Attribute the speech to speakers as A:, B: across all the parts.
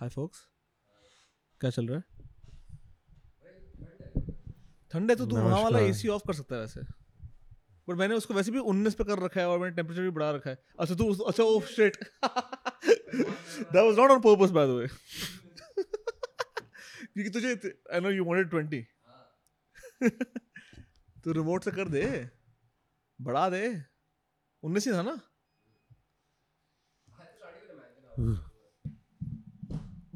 A: हाय folks क्या चल रहा है ठंड है तो तू वहाँ वाला एसी ऑफ कर सकता है वैसे पर मैंने उसको वैसे भी 19 पे कर रखा है और मैंने टेम्परेचर भी बढ़ा रखा है अच्छा तू उस- अच्छा oh shit that was not on purpose by the वे क्योंकि तुझे आई नो यू वांटेड 20 तो रिमोट से कर दे बढ़ा दे 19 ही था ना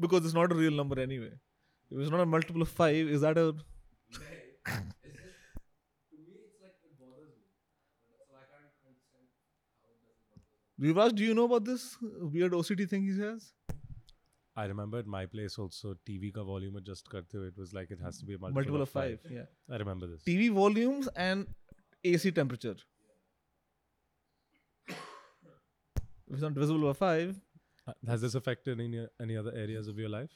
A: because it's not a real number anyway. If it's not a multiple of five, is that a Yuvraj, do you know about this weird OCD thing he has?
B: I remember at my place also TV ka volume adjust करते हुए it was like it has to be a multiple,
A: Multiple, of five. Yeah.
B: I remember this.
A: TV volumes and AC temperature. if it's not divisible by five,
B: Uh, Has this affected any any other areas of your life?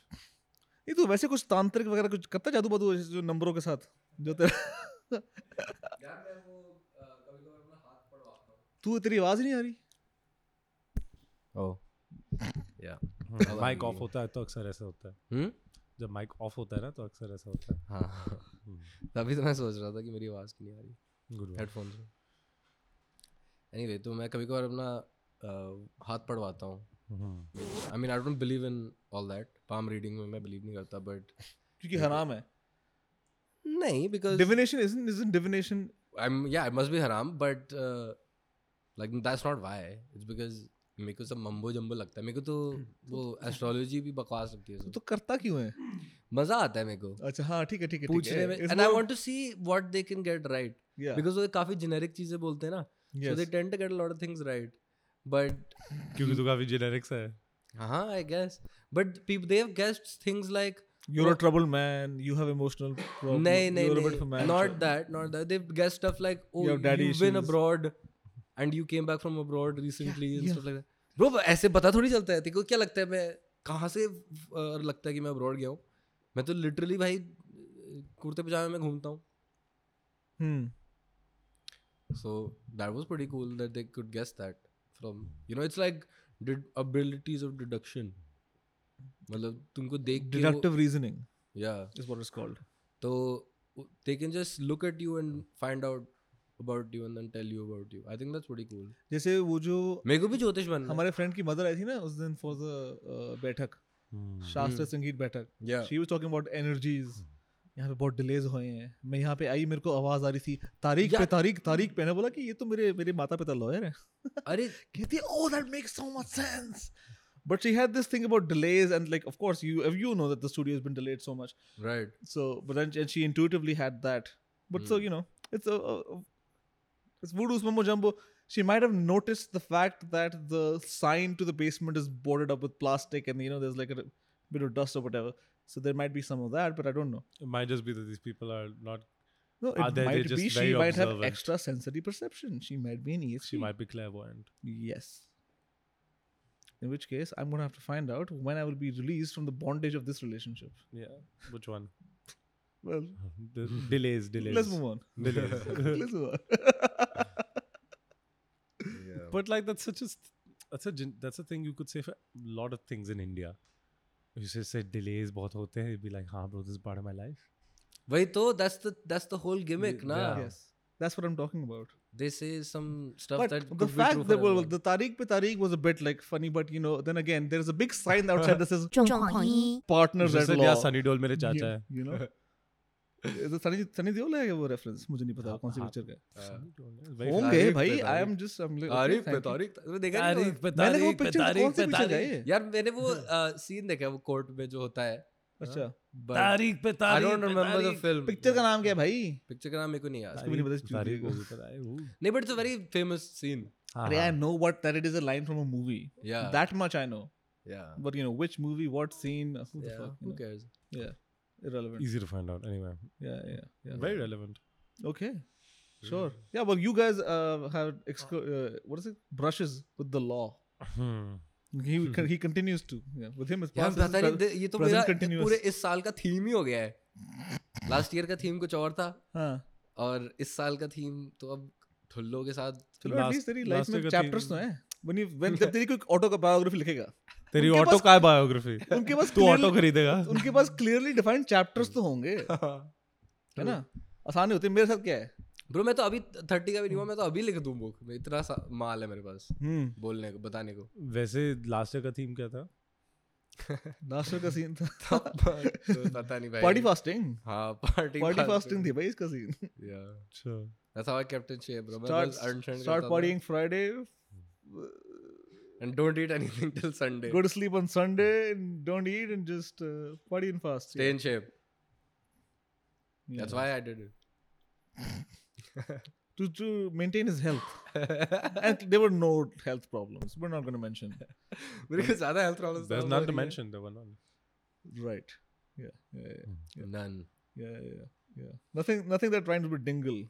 A: ये तो वैसे कुछ तांत्रिक वगैरह कुछ करता है जादू बादू ऐसे जो नंबरों के साथ जो तेरा तू तेरी आवाज ही नहीं आ रही
C: Oh. Yeah.
B: mic off होता है तो अक्सर ऐसा होता है
C: हम्म
B: जब mic off होता है ना तो अक्सर ऐसा होता है Hmm.
C: हाँ तभी तो मैं सोच रहा था कि मेरी आवाज़ क्यों नहीं आ रही
B: गुड वन
C: हेडफोन्स में एनीवे तो मैं कभी कभार अपना अ, हाथ पढ़वाता हूँ I mean I don't believe in all that palm reading में मैं बिलीव नहीं करता बट
A: क्योंकि हराम है
C: नहीं because
A: divination isn't isn't divination
C: I am या इट मस्ट बी हराम but like that's not why it's because मेरे को सब मम्बो जम्बो लगता है मेरे को तो
B: हम्म।
C: वो एस्ट्रोलॉजी भी बकवास लगती है
A: तू
C: सब
A: तो करता क्यों है
C: मज़ा आता है मेरे को
A: अच्छा हाँ ठीक है ठीक है ठीक
C: पूछने
A: है
C: में
A: It's
C: and I
A: more-
C: want to see what they can get right
A: yeah,
C: because वो काफ़ी जेनेरिक चीज़ें बोलते हैं ना so
A: yes.
C: they tend to get a lot of things right but
B: क्योंकि तू काफी जेनेरिक सा है
C: uh i guess but people they have guessed things like
A: you're a troubled man you have emotional
C: nay
A: problems
C: nay
A: you're a
C: nay
A: bit of a man
C: not that not that they've guessed stuff like oh
A: You have daddy
C: you've been
A: issues.
C: abroad and you came back from abroad recently and
A: yeah.
C: stuff like that bro but ऐसे पता थोड़ी चलता है तेरे को क्या लगता है मैं कहाँ से uh, लगता है कि मैं abroad गया हूँ मैं तो literally भाई uh, कुर्ते पजामे में घूमता हूँ
A: hmm.
C: So that was pretty cool that they could guess that from you know it's like did abilities of deduction मतलब तुमको देख के वो-
A: deductive reasoning
C: yeah
A: is what it's called
C: तो वो- they can just look at you and find out about you and then tell you about you I think that's pretty cool
A: जैसे वो जो
C: मेरे को भी ज्योतिष बनना
A: हमारे फ्रेंड की मदर आई थी ना उस दिन फॉर द बैठक शास्त्र संगीत बैठक
C: है Hmm. yeah
A: she was talking about energies यहाँ पे बहुत डिलेज हुए हैं मैं यहाँ पे आई मेरे को आवाज आ रही थी तारीख
C: Yeah.
A: पे तारीख तारीख पे मैंने बोला कि ये तो मेरे मेरे माता पिता लॉयर है
C: अरे
A: कहती है oh that makes so much sense but she had this thing about delays and like of course you you know that the studio has been delayed so much
C: right
A: so but then and she intuitively had that but so
C: Hmm.
A: You know it's it's voodoos mumbo jumbo She might have noticed the fact that the sign to the basement is boarded up with plastic and you know there's like a bit of dust or whatever. So there might be some of that, but I don't know.
B: It might just be that these people are not.
A: No, it
B: Are they- they're
A: might
B: just
A: be she
B: very
A: might have
B: observant.
A: extra sensory perception. She might be an E ESP.
B: She might be clairvoyant.
A: Yes. In which case, I'm gonna have to find out when I will be released from the bondage of this relationship.
B: Yeah. Which one?
A: Well,
B: The delays, delays.
A: let's move on.
B: Delays.
A: Let's move on.
B: But like that's such a st- that's a gen- that's a thing you could say for a lot of things in India. You say say delays बहुत होते हैं. You'd be like, हाँ bro, this is part of my life.
C: वही तो that's the that's the whole gimmick
B: Yeah.
C: ना
A: Yes, that's what I'm talking about.
C: they say some stuff
A: But
C: that
A: the
C: could be true
A: fact
C: for
A: that well,
C: everyone.
A: the Tariq pe Tariq was a bit like funny, but you know, then again, there's a big sign outside that says
D: 状况一，
A: partners
B: You
A: at
B: said,
A: law.
B: yeah, Sunny Deol मेरे चाचा है.
A: you, you know. तो सनी सनी देओल है वो reference मुझे नहीं पता कौन सी
B: हाँ।
A: पिक्चर का है।
C: Uh,
B: Sunny Deol है. Very
A: होंगे
C: तारीख पे
A: भाई आई
C: तारीख।
A: एम जस्ट आई एम
C: तारीख पे तारीख तुमने देखा नहीं वो?
A: मैंने कहा वो पिक्चर कौन सी पिक्चर है ये?
C: यार मैंने वो सीन देखा है वो कोर्ट में जो होता है
B: हाँ।
A: अच्छा
C: but
B: पे
C: I don't remember the film.
A: Picture का नाम क्या है भाई
B: हाँ,
C: पिक्चर का नाम मेरे को नहीं याद
A: उसको भी नहीं पता, चूतिए
B: तारीख
A: को।
B: को भी पता है वो।
C: नहीं but it's a very famous scene
B: हाँ,
A: अरे आई
B: हाँ।
A: No what that it is a line from a movie
C: yeah
A: that much I know
C: yeah
A: but you know which movie what scene uh, who the fuck you
C: who
A: know.
C: Cares
A: yeah irrelevant
B: हाँ। Easy to find out anyway.
A: yeah yeah yeah
B: Very relevant.
A: okay sure yeah well you guys uh, have exco- uh, what is it brushes with the law
B: Hmm.
A: he con- he continues to yeah with him it's
C: यार
A: past,
C: पता
A: it's
C: नहीं
A: pre-
C: दे- ये तो
A: present
C: मेरा
A: continuous.
C: पूरे इस साल का थीम ही हो गया है लास्ट ईयर का थीम कुछ और था
A: हाँ
C: और इस साल का थीम तो अब ठुल्लो के साथ
A: चलो at
B: Last-
A: least तेरी लाइफ
B: last
A: में
B: year का
A: chapters
B: theme-
A: तो हैं when you when जब तेरी कोई autobiography लिखेगा
B: तेरी
A: उनके
B: ऑटो
A: पास-
B: का बायोग्राफी
A: उनके पास
B: तू
A: clear-
B: ऑटो खरीदेगा
A: उनके पास क्लियरली डिफाइंड चैप्टर्स तो होंगे
B: हाँ।
A: है ना आसान नहीं होते मेरे साथ क्या है
C: ब्रो मैं तो अभी थर्टी का भी नहीं हुआ मैं तो अभी लिख दूं बुक मैं इतना सा माल है मेरे पास
A: हम्म
C: बोलने को बताने को
B: वैसे लास्ट ईयर का थीम क्या था
A: नाश्ते का सीन था
C: तो पता नहीं भाई
A: पार्टी फास्टिंग
C: हाँ पार्टी
A: पार्टी फास्टिंग थी भाई इसका सीन
C: या
B: अच्छा
C: that's how I kept in shape bro मैं
A: start
C: बस earn shun
A: start
C: करता था।
A: partying Friday,
C: and don't eat anything till Sunday.
A: go to sleep on Sunday, and don't eat and just uh, party and fast.
C: Stay in shape.
A: Yeah.
C: That's why I did it.
A: to to maintain his health. and there were no health problems. We're not going to mention.
C: मेरे को ज्यादा health problems
B: There's
C: तो
B: none
C: हो
B: to
C: रही है।
B: mention. There were none.
A: Right. Yeah. Yeah. Yeah.
C: None.
A: Yeah. Yeah. yeah, yeah. Nothing. Nothing that rhymes with dingle,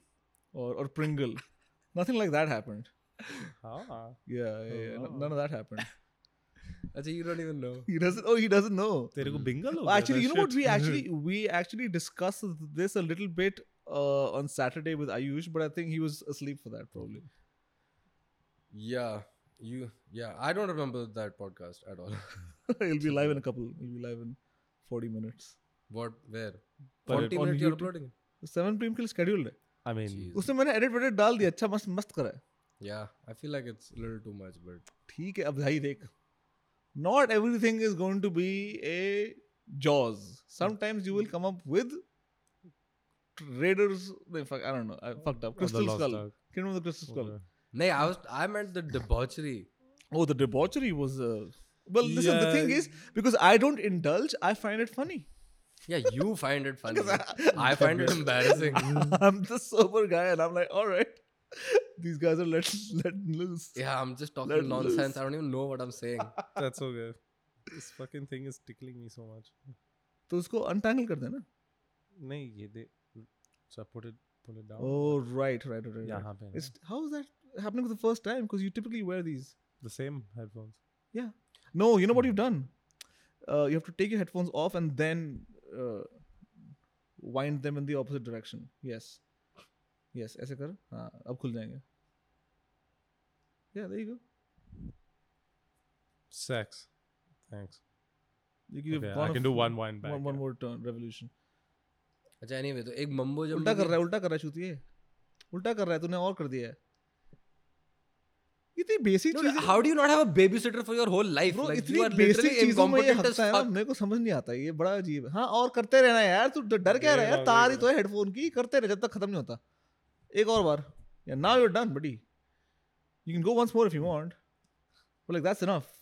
A: or or Pringle. nothing like that happened.
B: Ah.
A: Yeah. Yeah.
C: Oh,
A: yeah.
B: wow.
A: N- none of that happened.
C: अच्छा you don't even know.
A: He doesn't. Oh, he doesn't know.
B: तेरे को बिंगल हो
A: Well, actually, you know what? We actually we actually discussed this a little bit uh, on Saturday with Ayush, but I think he was asleep for that probably.
C: Yeah, you. Yeah, I don't remember that podcast at all.
A: He'll be live in a couple. He'll be live in forty minutes.
C: What? Where?
B: But
C: Forty
B: on
C: minutes you're
B: YouTube-
C: uploading. it?
A: Seven P के लिए scheduled है
B: I mean,
C: Jeez.
A: उसने मैंने edit वेडिट डाल दिया अच्छा मस्त मस्त करा है
C: Yeah, I feel like it's a little too much, but
A: ठीक है अब भाई देख not everything is going to be a Jaws sometimes you will come up with Raiders fuck I don't know I fucked up
B: of the
A: Crystal
B: Lost
A: Skull
B: Ark.
A: Kingdom of the Crystal Skull
B: Okay.
C: नहीं I was I meant the debauchery.
A: Oh, the debauchery was. Uh, well, listen, the thing
B: Yeah.
A: is, because I don't indulge, I find it funny.
C: Yeah, you find it funny. I find it embarrassing.
A: I'm the sober guy, and I'm like, all right, these guys are let let loose.
C: Yeah, I'm just
A: Let
C: talking
A: loose.
C: nonsense. I don't even know what I'm saying.
B: That's okay. This fucking thing is tickling me so much.
A: तो उसको untangle कर देना.
B: हाँ। नहीं ये दे. So I put it, pull it down.
A: Oh, right, right, right, right.
B: यहाँ पे.
A: It's how is that happening for the first time? Because you typically wear these.
B: The same headphones.
A: No, you know
B: Hmm.
A: what you've done. Uh, you have to take your headphones off and then uh, wind them in the opposite direction. Yes. Yes, ऐसे कर हाँ अब खुल जाएंगे Yeah, there you go.
B: Sex. Thanks.
A: You- you've
B: Okay,
A: gone
B: I
A: a
B: can do
A: f-
B: one wine back.
A: one, one
B: yeah.
A: more turn revolution.
C: अच्छा anyway तो एक mumbo jumbo.
A: उल्टा कर
C: की-
A: रहा है उल्टा कर रहा है चूतिए उल्टा कर रहा है तूने और कर दिया है इतनी बेसिक
C: Dude,
A: चीजें
C: how do you not have a babysitter for your whole life?
A: Bro,
C: like, you
A: इतनी
C: are
A: बेसिक
C: literally
A: चीजों में ये
C: incompetent as
A: हंसता है ना
C: fuck.
A: मेरे को समझ नहीं आता ये बड़ा अजीब है। हाँ और करते रहना यार तू ड- डर क्या रहा है यार
B: देखा,
A: तार ही
B: देखा।
A: तो है हेडफोन की करते रह जब तक खत्म नहीं होता एक और बार या now you done buddy you can go once more if you want but like that's enough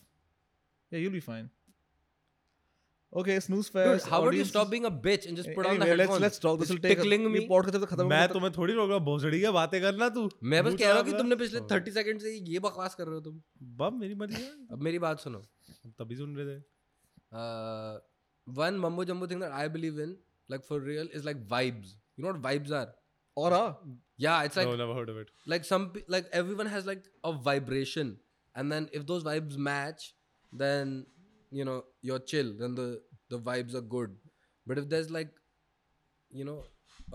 A: yeah you will be fine okay snooze
C: Dude,
A: fest
C: how about you stop being a bitch and just put on the
A: anyway, let's
C: headphones?
A: let's talk this
C: It's
A: will take
C: tickling me.
A: ये podcast जब तक खत्म
B: मैं
A: नहीं
B: तुम्हें थोड़ी रोक रहा हूँ भोसड़ी की बातें करना तू
C: मैं बस
B: भूत
C: कह रहा हूँ कि
B: वाला।
C: तुमने पिछले
A: हाँ।
B: Oh.
C: 30 सेकंड से ये बकवास कर रहे हो तुम
B: बम मेरी मर्जी है
C: अब मेरी बात सुनो
B: तभी सुन रहे थे
C: one mumbo jumbo thing that I believe in like for real is like vibes you know what vibes are
A: होता और हाँ
C: yeah it's
B: no
C: like
B: never heard of it
C: like some pe- like everyone has like a vibration and then if those vibes match then you know you're chill then the the vibes are good but if there's like you know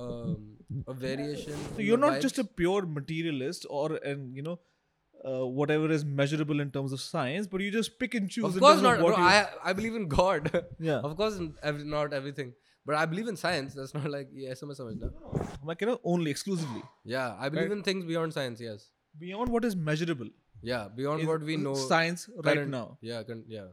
C: um a variation
A: So
C: in
A: तो you're
C: the
A: not just a
C: vibes-
A: pure materialist or an you know uh, whatever is measurable in terms of science, but you just pick and choose.
C: of
A: in
C: course
A: terms
C: not
A: what
C: bro,
A: you-
C: i i believe in god
A: Yeah.
C: of course in every, not everything but i believe in science that's not like yeah SMS,
A: Like, you know, only exclusively
C: yeah i believe
A: Right.
C: in things beyond science yes
A: beyond what is measurable
C: yeah beyond
A: in
C: what we know
A: science right
C: current-
A: now.
C: Yeah, con- yeah.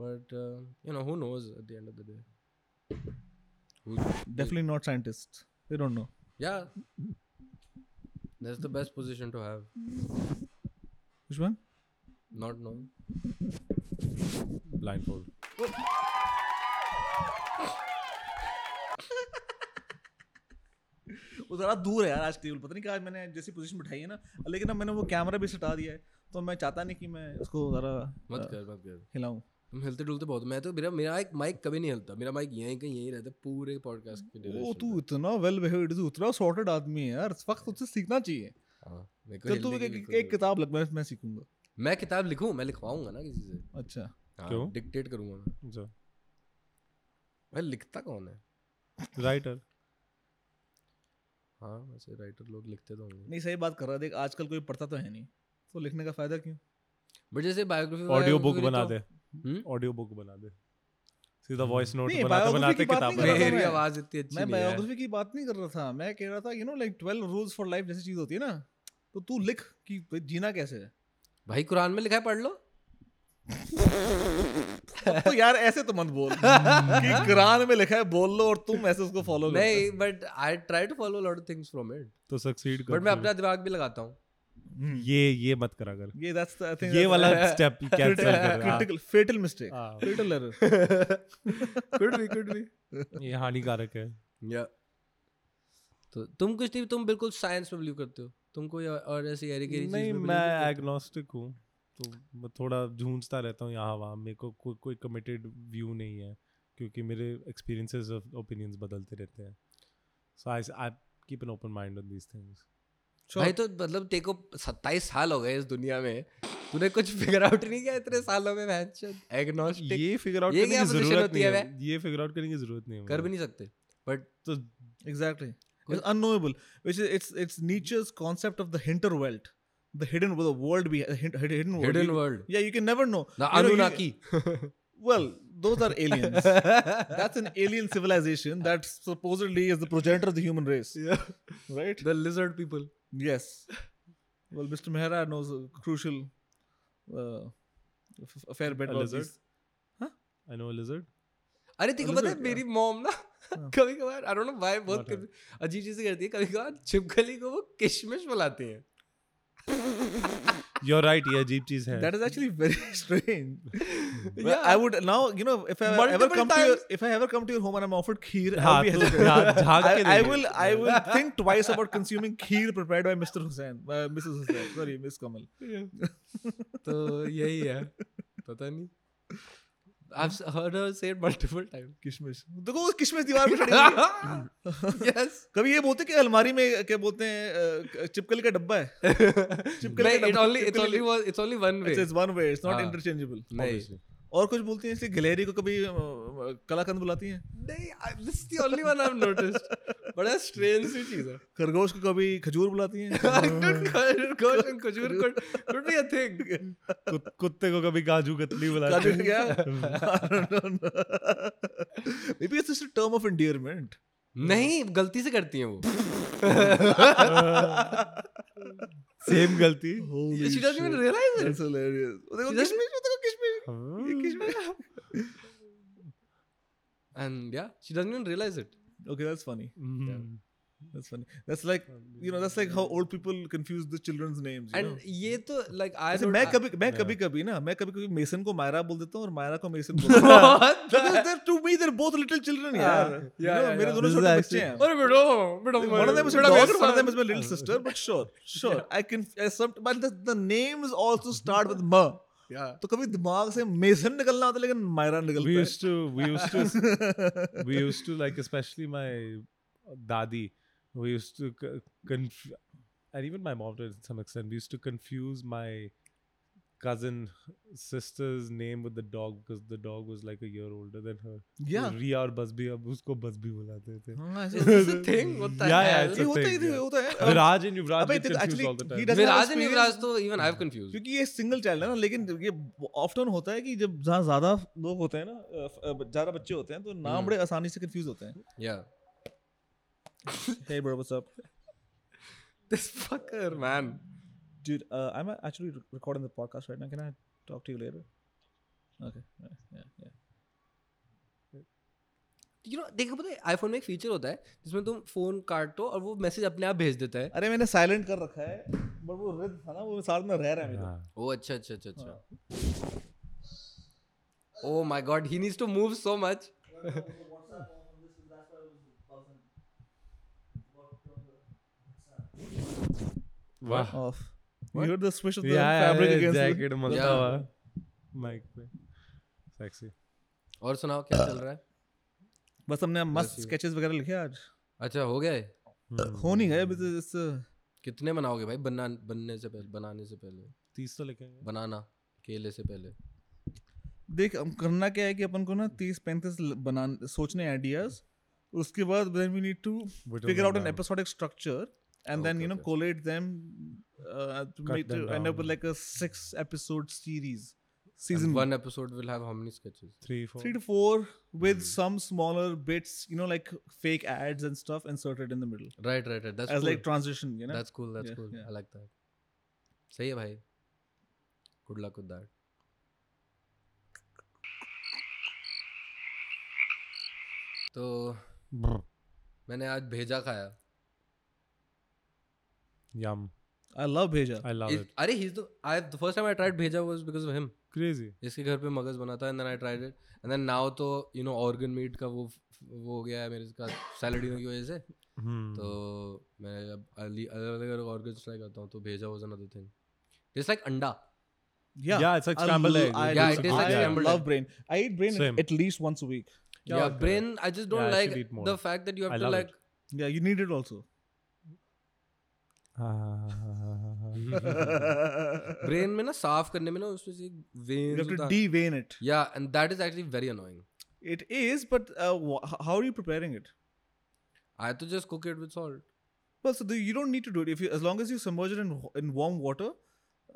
C: But uh, you know, who knows at the end of the day? Who,
A: Definitely not scientists. They don't know.
C: yeah, that's the best position to have.
A: Which one?
C: Not knowing.
B: blindfold
A: वो जरा दूर है यार आज table पता नहीं क्या आज मैंने जैसी पोजीशन बिठाई है ना लेकिन अब मैंने वो कैमरा भी सटा दिया है तो मैं चाहता नहीं कि मैं उसको जरा
C: मत
A: uh,
C: कर मत कर
A: हिलाऊं
C: तुम हिलते डुलते बहुत हो। मैं तो मेरा मेरा एक माइक कभी नहीं हिलता मेरा माइक यहीं का यहीं रहता है पूरे पॉडकास्ट के
A: वो
C: duration
A: तू
C: पे।
A: इतना वेल बिहेव्ड तू इतना सॉर्टेड आदमी है यार इस वक्त उससे सीखना चाहिए
C: हाँ, मेरे को
A: चल तू
C: हिलने की
A: एक- एक
C: बिल्कुल
A: एक किताब लग मैं मैं सीखूंगा
C: जरूरत- मैं किताब लिखूं मैं लिखवाऊंगा ना किसी से
A: अच्छा
C: Ah,
B: क्यों?
C: डिक्टेट करूंगा मैं
B: so
C: मैं लिखता कौन है
B: writer
C: हाँ वैसे राइटर लोग लिखते तो होंगे
A: नहीं सही बात कर रहा है देख आजकल कोई पढ़ता तो है नहीं तो लिखने का फायदा क्यों
C: बट जैसे बायोग्राफी
B: ऑडियो बुक बना दे
C: हम्म?
B: ऑडियो बुक बना दे सीधा वॉइस नोट
A: Hmm. नहीं,
B: बनाते
A: biography
B: बनाते
A: की बात नहीं कर
B: किताब
A: रहा
B: बना
A: था
C: मेरी
A: मैं।
C: आवाज इतनी अच्छी
A: मैं
C: नहीं है
A: बायोग्राफी की बात नहीं कर रहा था मैं कह रहा था you know like 12 rules for life जैसी चीज होती है ना तो तू लिख कि भाई जीना कैसे है
C: भाई कुरान में लिखा है पढ़ लो
A: अब तो यार ऐसे तो मत बोल कि कुरान में लिखा है बोल लो और तुम ऐसे उसको फॉलो
C: नहीं but I try to follow lot of things from it
B: तो सक्सीड
C: बट मैं अपना दिमाग भी लगाता हूँ
A: नहीं
B: ये ये मत करा कर
A: हम्म। ये दैट्स आई थिंक
B: ये वाला स्टेप कैंसिल कर हाँ,
A: क्रिटिकल फेटल मिस्टेक
B: हाँ,
A: fatal error
C: could be could B
B: ये हानिकारक है
C: या तो तुम कुछ नहीं तुम बिल्कुल साइंस में बिलीव करते हो तुमको या- और ऐसी हरी गहरी
B: नहीं मैं एग्नोस्टिक हूँ तो मैं थोड़ा झूंझता रहता हूँ यहाँ वहाँ मेरे को कोई कोई कमिटेड व्यू नहीं है क्योंकि मेरे एक्सपीरियंसेस ऑफ ओपिनियंस बदलते रहते हैं so I I keep an open mind on these things
C: भाई तो मतलब तेको 27 साल हो गए इस दुनिया में तूने कुछ फिगर आउट नहीं किया इतने सालों में मैंशन एग्नोस्टिक
B: ये फिगर आउट
C: ये
B: करने
C: क्या
B: की
C: position
B: जरूरत
C: होती
B: नहीं
C: है
B: है ये फिगर आउट करने की जरूरत नहीं है
C: कर भी
B: मुझे।
C: नहीं सकते बट
B: तो
A: Exactly. It's
C: Good.
A: unknowable, which is it's it's Nietzsche's concept of the hinterwelt, the hidden the world be hid- hid- hidden world.
C: Hidden
A: You-
C: world
A: Yeah, you can never know.
C: The
A: You know, you-
C: Anunnaki
A: well, those are aliens. That's an alien civilization that supposedly is the progenitor of the human race, right?
C: The lizard people
A: Yes. Well, Mr. Mehra knows a crucial, uh, f- a fair bit
B: A
A: about
B: lizard?
A: this.
B: I know lizard
C: अरे तेको
A: Lizard,
C: पता है
A: yeah.
C: मेरी mom ना
A: हाँ.
C: कभी कभार I don't know why बहुत
B: What happened?
C: कभी- अजीब चीजें करती है कभी कभार छिपकली को वो किशमिश बुलाती है
B: यू आर राइट ये अजीब चीज है
A: That is actually very strange. Well,
C: Yeah.
A: I would now, you know, if I ever
C: Multiple
A: come to your,
C: times.
A: if I ever come to your home and I'm offered kheer, I'll
B: हाँ,
A: be
B: तो
A: hesitant.
B: झाँक- झाँक के
A: I, I
B: देंगे।
A: will I will think twice about consuming kheer prepared by Mr. Hussain, uh, Mrs. Hussain. Sorry, Miss Kamal.
C: तो यही है पता नहीं I've heard her say it multiple times.
A: किशमिश देखो वो किशमिश दीवार पे चढ़ी हुई है।
C: yes.
A: कभी ये बोलते हैं कि अलमारी में क्या बोलते हैं अ, चिपकली का डब्बा है चिपकली
C: नहीं, it only it only was it's only one way.
A: It's one way it's not
C: हाँ।
A: इंटरचेंजेबल
C: नहीं,
A: और कुछ बोलती हैं इसलिए गिलहरी को कभी अ, अ, कलाकंद बुलाती हैं
C: नहीं, I- this is the only one I've noticed. बड़ा strange सी चीज है.
A: खरगोश को कभी खजूर बुलाती हैं
C: Dude, खरगोश and खजूर could could be a thing.
B: कुत- कुत्ते को कभी काजू कतली बुलाते
A: Kalu
B: हैं
A: yeah. I don't know. Maybe it's just a term of endearment.
C: नहीं, गलती से करती हैं वो.
B: सेम गलती
A: Holy
C: She doesn't even
A: shit.
C: realize
A: That's
C: it.
A: hilarious. Oh, देखो
C: She doesn't- Hmm.
A: किशमिश देखो किशमिश ये किशमिश
C: And yeah, she doesn't even realize it.
A: Okay, that's funny.
B: Hmm.
A: That's funny. That's like you know that's like how old people confuse the children's names. You know?
C: And ये तो like I
A: ऐसे
C: don't-
A: मैं
C: I-
A: कभी मैं कभी कभी ना मैं कभी कभी मेसन को मायरा बोल देता हूँ और मायरा को मेसन बोल देता हूँ
C: What the-
A: Because they're- to me they're both little children यार
C: Yeah,
A: You know,
C: yeah,
A: मेरे
C: yeah.
A: दोनों
B: This is
A: छोटे बच्चे
B: actually-
A: हैं
C: अरे बेटा बेटा
A: One of them is my
C: बेटा
A: daughter,
C: कैसा-
A: one of them is my little sister, but sure, sure. I can, I some, but the, the names also start with ma.
C: Yeah.
A: तो कभी दिमाग से मेसन निकलना होता है लेकिन मायरा
B: we
A: निकलता है
B: used to we used to we used to like especially my dadi we used to co- conf- and even my mom to some extent we used to confuse my cousin sister's name with the dog because the dog was like a year older than her
A: Yeah.
B: रिया और Busby अब उसको Busby बुलाते थे
A: हाँ, ऐसे
C: Is this a thing? What the
B: Yeah, yeah,
C: hell?
B: it's
A: ये होता है ये
B: thing, yeah.
A: होता है अब-
B: विराज and युवराज
A: अबे
B: get
A: it is
B: confused
A: actually-
B: all the
A: he
B: time
A: doesn't-
C: Viraj and
A: experience-
C: Yuvraj तो even I've confused.
A: क्योंकि ये सिंगल चाइल्ड है ना लेकिन ये ऑफ्टन होता है कि जब जहाँ ज्यादा लोग होते हैं ना अ, फ- अ, ज्यादा बच्चे होते हैं तो
B: हम्म।
A: नाम बड़े आसानी से कंफ्यूज होते हैं
C: Yeah.
A: hey bro what's up
C: This fucker, man.
A: dude uh, i'm actually re- recording the podcast right now can i talk to you later okay right, yeah yeah
C: You know, देखो पता है iPhone में एक feature होता है जिसमें तुम phone काटो और वो मैसेज अपने आप भेज देता है
A: अरे मैंने साइलेंट कर रखा है बट वो रिद था ना वो साथ में रह रहा है मेरे
B: हाँ।
C: ओ अच्छा अच्छा अच्छा अच्छा oh my god he needs to move so much
B: वाह
A: of you heard the swish of the
B: Yeah, yeah,
A: fabric
B: yeah,
A: against the-
B: jacket मलता
C: Yeah.
B: हुआ माइक पे सेक्सी
C: और सुनाओ क्या चल रहा है
A: बस हमने मस्त स्केचेस वगैरह लिखे आज
C: अच्छा हो गया है
A: हो नहीं गए because it's, uh,
C: कितने बनाओगे भाई बनना बनने से पहले बनाने से पहले
B: तीस तो लिखेंगे
C: बनाना केले से पहले
A: देख हम करना क्या है कि अपन को ना तीस पैंतीस बना सोचने आइडियाज उसके बाद then we need to
B: Whittle
A: figure
B: them
A: out an
B: down.
A: episodic structure and then
C: Okay,
A: you know
C: okay.
A: collate them uh, uh, to make
B: them
A: to end up
B: down.
A: with like a six episode series,
C: And
A: season
C: one episode will have how many sketches?
B: Three, four.
A: three to four
C: Hmm.
A: with some smaller bits, you know, like fake ads and stuff inserted in the middle
C: Right, right, right. That's
A: as
C: cool.
A: like transition. You know,
C: that's cool. That's
A: Yeah,
C: cool.
A: yeah.
C: I like that. सही है भाई. Good luck with that. तो
B: Brr.
C: मैंने आज भेजा खाया.
B: Yum.
A: I love Bheja.
B: I love
C: Is-
B: it.
C: अरे he's the I the first time I tried भेजा was because of him.
B: Crazy.
C: इसके घर पे मगज बना था and then I tried it and then now तो यू नो ऑर्गन मीट का वो वो हो गया है मेरे का सैलडीनो की वजह से
B: Hmm.
C: तो मैं अब अलग अलग ऑर्गन ट्राई करता हूँ तो भेजा was another thing taste like अंडा
A: yeah,
B: Yeah, it's like
A: I
B: scrambled
A: lo-
B: egg.
A: I, lo-
C: Yeah, it is like
A: I
C: scrambled
A: love
C: egg.
A: brain. I eat brain
B: Same.
A: at least once a week.
B: Yeah,
C: yeah
B: correct.
C: Brain I just
B: Yeah, I
C: don't
B: should
C: like
B: eat more.
C: The fact that you
B: I
C: have to
B: love
C: like
B: it.
A: Yeah, you need it also.
B: Ah.
C: Brain में ना साफ करने में ना उसमें से
A: you have to
C: veins
A: de-vein it.
C: Yeah and that is actually very annoying
A: It is, but uh, wha- h- how are you preparing it?
C: I तो just cook it with salt
A: Well, so the, you don't need to do it if you, as long as you submerge it in wa- in warm water.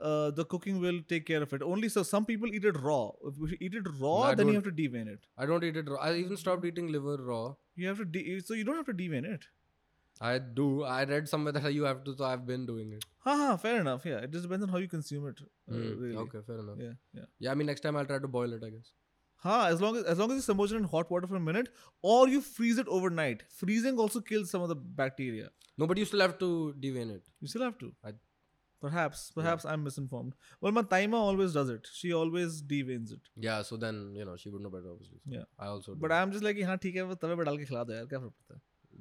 A: Uh, the cooking will take care of it. Only so some people eat it raw. If you eat it raw,
C: I
A: then you have
C: don't-
A: to de-vein it.
C: I don't eat it raw I even stop
B: Mm.
C: Eating liver raw
A: You have to de- so you don't have to de-vein it.
C: I do I read somewhere that you have to so I have been doing it
A: Ha ha, fair enough. Yeah, it just depends on how you consume it. Uh,
B: Mm,
A: really.
C: Okay fair enough
A: Yeah, yeah.
C: Yeah, I mean, next time I'll try to boil it, I guess.
A: Ha, as long as as long as you submerge it in hot water for a minute, or you freeze it overnight. Freezing also kills some of the bacteria.
C: No, but you still have to devein it.
A: You still have to.
C: I-
A: perhaps, perhaps I'm misinformed. Well, my timer always does it. She always deveins it.
C: Yeah, so then, you know, she would know better, obviously. So
A: Yeah.
C: I also do.
A: But I'm just like, हाँ ठीक है वो तवे पे डाल के खिला दो यार क्या फर्क पड़ता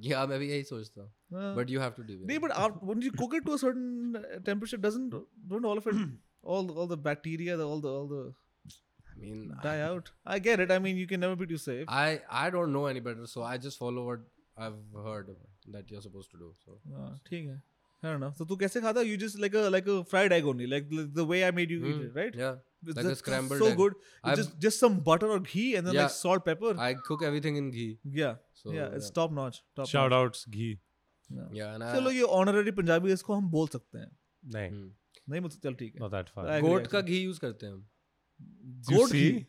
C: yeah, maybe यही सोचता हूँ.
A: है हाँ।
C: But you have to devein
A: नहीं
C: it.
A: but after, when you cook it to a certain uh, temperature doesn't don't all of it all all the bacteria the, all the all the
C: I mean, I,
A: die out I get it I mean you can never be too safe
C: I, I don't know any better, so I just follow what I've heard that you're supposed to do. So
A: हाँ, Ah, ठीक है fair enough so तू कैसे खाता you just like a like a fried egg only like, like the way I made you eat
C: Hmm.
A: it right
C: Yeah.
A: It's
C: like a
A: just
C: scrambled
A: so
C: egg.
A: good It's
C: I've-
A: just just some butter or ghee and then like
C: Yeah.
A: salt pepper
C: I cook everything in ghee.
A: yeah
C: So
A: yeah it's top notch top
B: Shout
A: notch.
B: outs, ghee.
C: Yeah, and I
A: चलो ये honorary Punjabi है, इसको हम बोल सकते हैं
B: Nay,
C: Hmm.
A: नहीं बोल सकते चल ठीक है
B: not that far.
A: I agree,
C: goat का
A: actually.
C: घी यूज करते हैं हम.
B: You
A: goat
B: see?
A: ghee?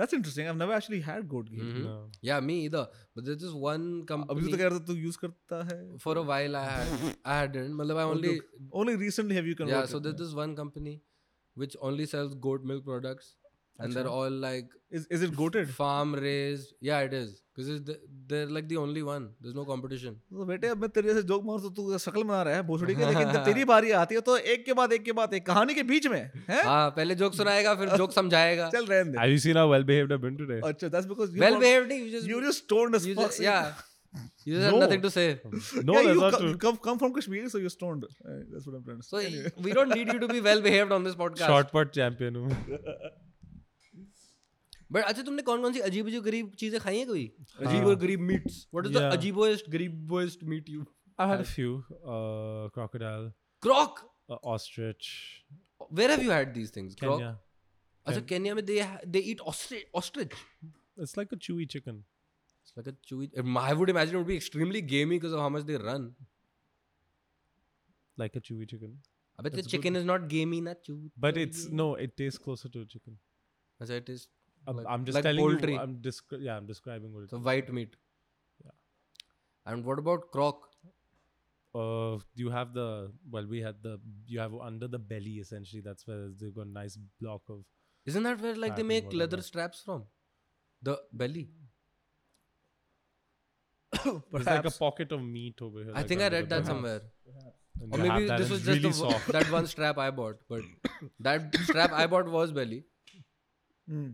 A: That's interesting. I've never actually had goat ghee.
C: Mhm.
B: No.
C: Yeah, me either. But there's just one
A: अभी तो
C: company.
A: कह रहा था तू use करता है.
C: For a while, I had, I hadn't. मतलब I
A: Okay,
C: only
A: Only recently have you
C: yeah
A: converted.
C: so there's this one company which only sells goat milk products and they're
A: Achha.
C: all like
A: Is is it goated?
C: farm raised yeah it is because the, they're like the only one there's no competition
A: तो बेटे अब मैं तेरे से joke मारू तो तू शक्ल बना रहा है भोसड़ी की लेकिन जब तेरी बारी आती है तो एक के बाद एक के बाद एक कहानी के बीच में हैं
C: हाँ पहले जोक सुनाएगा फिर जोक समझाएगा
A: Eh? चल रहने दे
B: Have you seen how well behaved I've been today?
A: अच्छा that's because you
C: हाँ। well
A: not-
C: behaved you just
A: you just stoned as
C: you
A: fuck
C: just
A: so you-
C: yeah you just have
B: No.
C: nothing to say
B: Hmm. No,
A: yeah,
B: that's
A: you
B: not
A: co-
B: true.
A: come come from Kashmir so you're stoned Uh, that's what I'm trying to
C: so
A: say anyway.
C: we don't need you to be well behaved on this podcast
B: Short put champion. हूँ।
C: but अच्छा तुमने कौन कौन सी अजीब अजीब गरीब चीजें खाई हैं कभी अजीब
B: हाँ।
C: और गरीब meats what is
B: Yeah.
C: the अजीबोest गरीबोest meat you
B: I've had a few. Uh, crocodile,
C: croc
B: uh, ostrich,
C: where have you had these things croc
B: Kenya.
C: अच्छा केन्या में they ha- they eat ostrich ostrich
B: It's like a chewy chicken.
C: It's like a chewy. um, I would imagine it would be extremely gamey because of how much they run.
B: Like a chewy chicken.
C: I bet
B: That's
C: the
B: good.
C: chicken is not gamey, not chewy.
B: But it's no, it tastes closer to a chicken.
C: As it is
B: I'm,
C: Like-
B: I'm just
C: like
B: telling
C: poultry.
B: you. I'm descri- yeah, I'm describing what it
C: the white meat. And what about croc?
B: Uh, you have the well, we had the you have under the belly essentially. That's where they've got a nice block of
C: Isn't that where like
B: Fat
C: they
B: and
C: make leather
B: whatever.
C: straps from? The belly.
B: It's like a
A: Perhaps.
B: pocket of meat over here.
C: I
B: like
C: think I
B: under
C: read
B: the
C: that
B: belly.
C: somewhere.
B: And you
C: Or
B: have
C: maybe
B: that and
C: this was
B: it's
C: just
B: really
C: the, wo-
B: soft.
C: that one strap I bought, but that strap I bought was belly,
A: Hmm.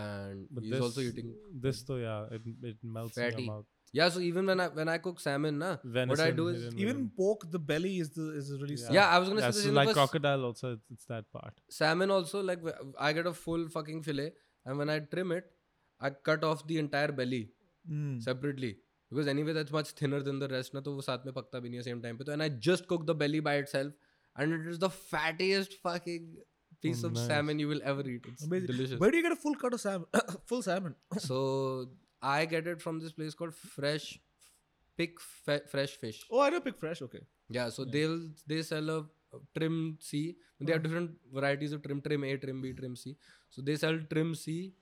C: and
B: But
C: he's
B: this,
C: also eating.
B: this though, yeah, it, it melts in
C: Fatty.
B: your mouth.
C: Yeah, so even when I when I cook salmon, na, what I
B: Venison
C: do
B: hidden
C: is
A: even
B: within.
A: pork the belly is the is really
B: Yeah.
A: soft.
C: Hmm. yeah, I was gonna
B: yeah,
C: say this
B: so
C: in
B: like
C: the first-
B: crocodile also, it's, it's that part.
C: salmon also like wh- i get a full fucking fillet and when i trim it i cut off the entire belly
A: Hmm.
C: separately because anyway that's much thinner than the rest na to wo saath mein pakta bhi nahi hai same time pe to and i just cook the belly by itself and it is the fattiest fucking piece
B: Oh,
C: of
B: nice.
C: salmon you will ever eat it's
A: Amazing.
C: delicious
A: Where do you get a full cut of salmon? full salmon.
C: so i get it from this place called fresh pick fe- fresh fish
A: Oh, I don't pick fresh. Okay.
C: yeah so they'll they sell a trim C. They
B: Oh.
C: have different varieties of trim, trim A, trim B, trim C. So they sell trim C,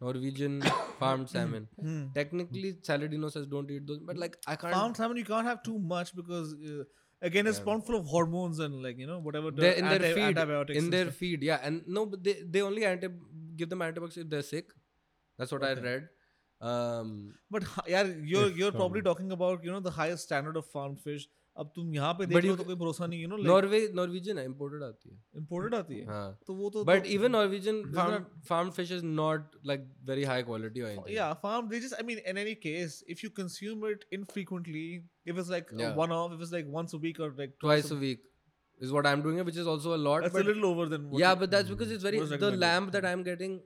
C: Norwegian farmed salmon.
A: Hmm.
C: Technically, Saladino says don't eat those, but like I can't.
A: Pound salmon you can't have too much because uh, again it's pound full of hormones and like you know whatever the
C: they're in their
A: anti-
C: feed,
A: antibiotics
C: in
A: and
C: their
A: stuff.
C: feed, yeah. And no, but they they only anti- give them antibiotics if they're sick. That's what I
A: Okay.
C: read. Um,
A: But h- यार you're
B: If
A: you're probably
B: someone-
A: talking about you know the highest standard of farmed fish. अब तुम यहाँ पे
C: But
A: देख लो
C: you
A: तो कोई भरोसा नहीं you know like
C: Norway Norwegian है, imported आती है.
A: imported आती है
C: हाँ.
A: तो वो तो
C: But
A: तो-
C: even Norwegian
A: They're
C: farm, farmed fish is not like very high quality or anything.
A: Oh, yeah farm they just I mean in any case if you consume it infrequently if it's like
C: Yeah.
A: one off if it's like once a week or like
C: Twice a week is what I'm doing, which is also a lot.
A: that's
C: but
A: a little over than what
C: yeah,
A: you-
C: but that's because it's very
A: What is
C: the
A: recommended? Mm-hmm.
C: lamb that I'm getting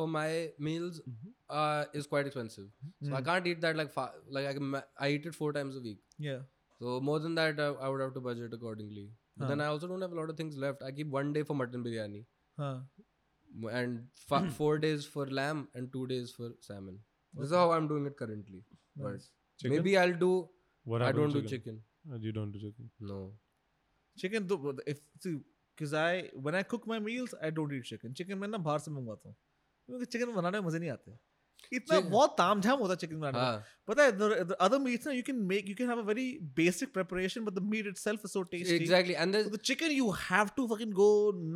C: for my meals uh, is quite expensive. So I
A: Mm.
C: can't eat that like fa- like I, can ma- I eat it four times a week.
A: yeah
C: So more than that, I, I would have to budget accordingly. But then
A: Huh.
C: I also don't have a lot of things left. I keep one day for mutton biryani
A: huh
C: m- and fa- four days for lamb and two days for salmon. This is how I'm doing it currently. But
A: nice.
B: Chicken?
C: maybe I'll do.
B: What
C: I
B: happened
C: don't
B: to
C: do chicken.
B: Uh, You don't do chicken.
C: No.
A: chicken तो but if see because I when I cook my meals I don't eat chicken chicken मैं ना बाहर से मंगवाता हूँ क्योंकि chicken बनाने में मजे नहीं आते इतना
C: Chicken-
A: बहुत ताम झाम होता है चिकन बनाने में
C: Ah,
A: But the, the, the other meats, now you can make, you can have a very basic preparation, but the meat itself is so tasty.
C: exactly. And
A: So
C: there's
A: the chicken, you have to fucking go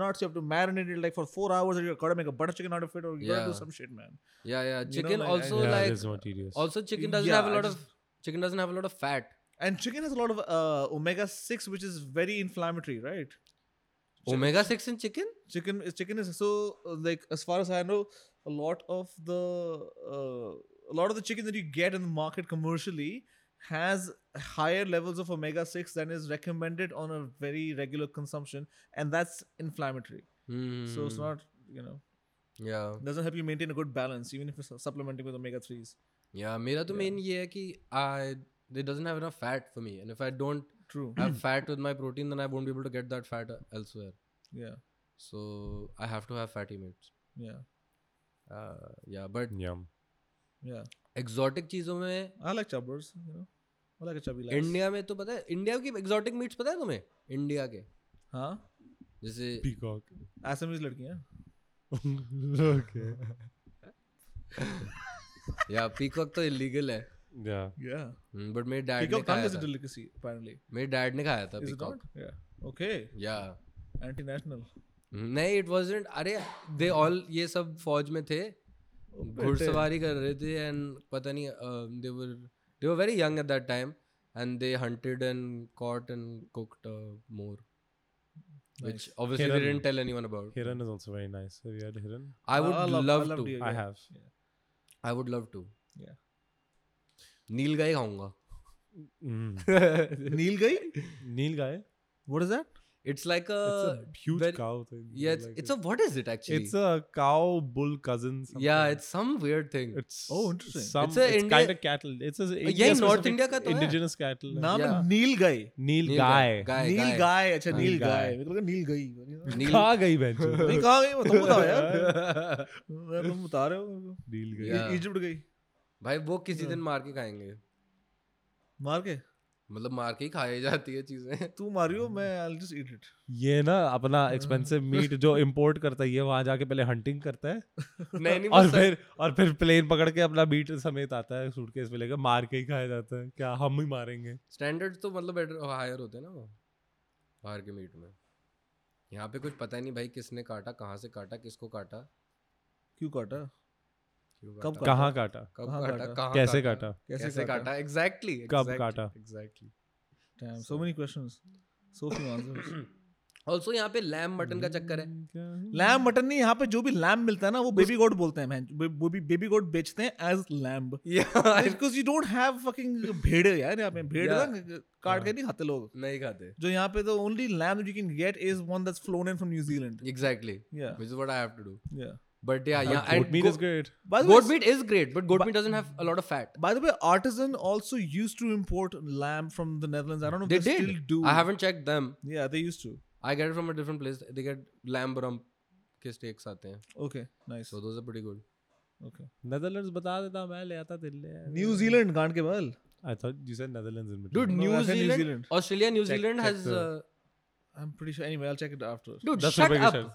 A: nuts. You have to marinate it like for four hours, or you gotta make a butter chicken out of it, or you gotta do
C: Yeah.
A: some shit, man.
C: yeah, yeah.
A: know,
C: Chicken
A: like, I-
C: also
B: yeah, it
C: like
B: is more tedious.
C: also chicken doesn't
A: Yeah,
C: have a
A: I
C: lot
A: just-
C: of chicken doesn't have a lot of fat.
A: And chicken has a lot of uh, omega six, which is very inflammatory, right?
C: Omega six in chicken?
A: Chicken, is chicken is so uh, like as far as I know, a lot of the uh, a lot of the chicken that you get in the market commercially has higher levels of omega six than is recommended on a very regular consumption, and that's inflammatory. so it's
C: Hmm,
A: not you know
C: Yeah.
A: doesn't help you maintain a good balance even if you're su- supplementing with omega 3s
C: Yeah. Mera to
A: Yeah.
C: main ye hai ki I it doesn't have enough fat for me, and if I don't
A: true
C: have fat with my protein, then I won't be able to get that fat uh, elsewhere.
A: yeah
C: So I have to have fatty meats.
A: yeah
C: Uh, yeah, but
B: Yum.
A: yeah
C: exotic चीजों में
A: i like chubbers you know i like a chubby lass.
C: India में तो पता है India की exotic meats पता है तुम्हें इंडिया के
A: huh
C: जैसे
B: Peacock.
A: assamese ladkiyan
B: okay.
C: या पीकॉक तो इलीगल है
B: Yeah.
A: yeah
C: बट मेरे डैड ने
A: peacock tongue
C: खाया
A: is a
C: था
A: delicacy apparently
C: मेरे डैड ने खाया था
A: is it not
C: peacock
A: yeah okay
C: yeah
A: anti-national
C: हम्म, नहीं इट वाजंट अरे दे ऑल ये सब फौज में थे
B: uh,
C: घुड़सवारी कर रहे थे एंड पता नहीं uh, they were they were very young at that time and they hunted and caught and cooked more uh, which obviously they
B: Hiran.
C: didn't tell anyone about
B: Heron is also very nice. Have you had heron?
C: i would
A: I
C: love,
A: love- I love
C: to
A: deer.
B: I
A: Yeah.
B: have.
C: i would love to
A: Yeah.
C: नील गाय खाऊंगा
B: Mm.
A: nilgai
B: Nilgai.
A: what is that
C: it's like a,
B: it's a huge
C: Uh, very-
B: cow thing.
C: yeah it's,
B: like
C: it's a what is it actually
B: It's a cow bull cousin. Something.
C: yeah it's some weird thing
B: It's
A: Oh, interesting.
B: Some,
C: It's
B: it's
C: a India-
B: kind of cattle. It's a
C: yeah, North
B: specific
C: India का तो है।
B: indigenous cattle.
A: naam
C: Yeah.
A: yeah. nilgai
B: Neil
C: Neil
B: guy.
C: Guy
A: nilgai acha
B: Nilgai.
A: nilgai मेरे को लगा nilgai
C: नील
B: कहाँ गई bench?
A: नहीं कहाँ गई तुम बताओ यार मैं तुम बता रहे हो मेरे को।
B: Neil guy.
C: Yeah.
A: ई- इजिप्ट गई
C: भाई वो किसी दिन मार के खाएंगे
A: मार के
C: मतलब मार के ही खाई जाती है चीजें
A: तू मारियो मैं आई जस्ट ईट इट
B: ये ना अपना एक्सपेंसिव मीट जो इम्पोर्ट करता है ये वहां जाके पहले हंटिंग करता है
C: नहीं नहीं
B: और
C: बस
B: फिर और फिर प्लेन पकड़ के अपना मीट समेत आता है सूटकेस में लेकर मार के ही खाया जाता है क्या हम ही मारेंगे
C: स्टैंडर्ड्स तो मतलब बेटर हायर होते हैं ना वो बाहर के मीट में यहाँ पे कुछ पता ही नहीं भाई किसने काटा कहाँ से काटा किसको काटा
A: क्यों काटा
C: क्यों
A: कब
C: काटा,
B: कहाँ काटा
C: कब
A: कहाँ
C: काटा
A: काटा?
C: कहाँ
B: कैसे काटा
C: कैसे काटा एग्जैक्टली
B: कब काटा?
C: Exactly
A: Damn, so many questions. So few answers.
C: Also यहाँ पे लैम मटन का चक्कर है
A: लैम मटन नहीं यहाँ पे जो भी लैम मिलता है ना वो बेबी गोट बोलते हैं man. बे- वो भी बेबी गोट बेचते हैं as lamb
C: Yeah,
A: because you don't have fucking भेड़ यार यहाँ पे भेड़
C: हाँ। Yeah. हाँ।
A: ना काट के नहीं खाते लोग
C: नहीं खाते
A: जो यहाँ पे the only lamb you can get is one that's flown in from New Zealand
C: exactly
A: yeah
C: which is what I have to do.
A: Yeah
C: But yeah, yeah,
B: goat meat is great
A: by
C: goat meat is great, but goat
A: But-
C: meat doesn't have a lot of fat.
A: By the way, Artisan also used to import lamb from the Netherlands. I don't know if
C: They
A: they,
C: did.
A: still do.
C: I haven't checked them.
A: Yeah, they used to.
C: I get it from a different place. They get lamb rump के steaks आते हैं.
A: Okay, nice.
C: So those are pretty good.
A: Okay.
B: Netherlands बता देता मैं ले आता Delhi
A: New Zealand, गांड के बाल.
B: I thought you said Netherlands in
C: Dude,
A: No,
C: New,
A: I said New
C: Zealand,
A: Zealand.
C: Australia, New Zealand
B: check
C: has
B: the-
C: uh,
A: I'm pretty sure. Anyway, I'll check it after.
C: Dude,
B: दस
C: shut
B: रुपए की
C: up.
B: Shirt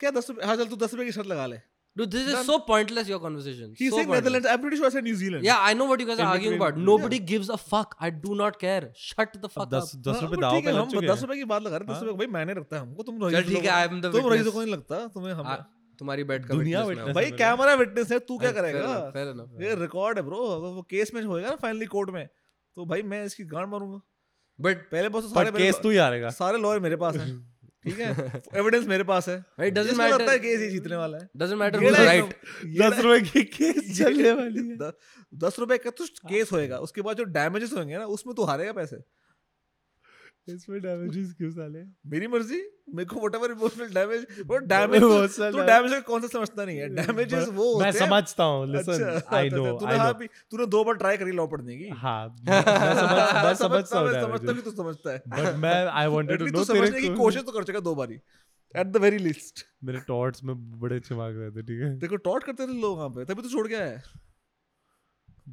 A: क्या दस रुपए हाँ चल तू दस रुपए की शर्ट लगा ले
C: Dude, this is so pointless, your conversation.
A: He's
C: so
A: saying
C: pointless.
A: Netherlands. I'm pretty sure I said New Zealand.
C: Yeah, I know what you guys
B: In
C: are arguing
B: between-
C: about. Nobody gives a fuck. I do not care. Shut the
B: अब
C: fuck up.
B: दस दस
A: हाँ,
B: रुपए
A: but
B: दाव
A: ठीक
B: पे
A: है,
B: लग
A: हम
B: चुके
A: दस
B: हैं
A: रुपए की बात लगा रहे हैं हाँ। दस रुपए का भाई मैंने रखता है हमको तुम
C: चल
A: रईस
C: ठीक है, I am the
A: तुम रईस
C: witness. हाँ,
A: को नहीं लगता तुम्हें हम
C: आ- Ah, तुम्हारी बैठ का
B: दुनिया
C: witness मैं हूँ।
B: witness
A: भाई
B: है मेरा।
A: कैमरा विटनेस है तू क्या
C: Fair
A: करेगा
C: enough, fair enough.
A: ये रिकॉर्ड है ब्रो अगर वो केस में होएगा ना फाइनली कोर्ट में तो भाई मैं इसकी गांड मारूंगा
C: But
A: पहले बहुत सारे
B: पर
A: मेरे
B: केस
A: पा-
B: तू ही हारेगा
A: सारे लॉयर मेरे पास हैं ठीक है एविडेंस मेरे पास है
C: It doesn't
A: जिसको
C: matter.
A: लगता है केस ही जीतने वाला है
C: doesn't matter
A: ये
C: who's
A: like-
C: right.
A: ये
B: दस रुपए की केस
A: ये-
B: चलने वाली है हाँ।
A: द- दस रुपए का तो केस होएगा उसके बाद जो डैमेजेस होंगे ना उसमें तू हारेगा पैसे
B: इसमें damages क्यों साले
A: मेरी मर्जी मेरे को whatever emotional damage वो डैमेज तू डैमेज का कौन सा समझता नहीं है डैमेजेस वो
B: मैं
A: होते हैं-
B: समझता हूँ लिसन
A: अच्छा,
B: आई
A: तो-
B: नो
A: तो तूने
B: आई
A: हाँ
B: नो
A: भी- तूने दो बार ट्राई करी लॉ पढ़ने की
B: हाँ मैं मैं समझ- मैं समझता हूँ
A: मैं समझता
B: damages.
A: भी तू समझता है
B: But मैं I wanted to
A: At least
B: know
A: तू
B: तेरे
A: समझने की
B: को-
A: कोशिश तो कर चुका दो बारी एट द वेरी लीस्ट
B: मेरे टॉर्ट्स में बड़े चमक रहे थे ठीक है
A: देखो टॉट करते थे लोग वहां पे तभी तो छोड़ गया है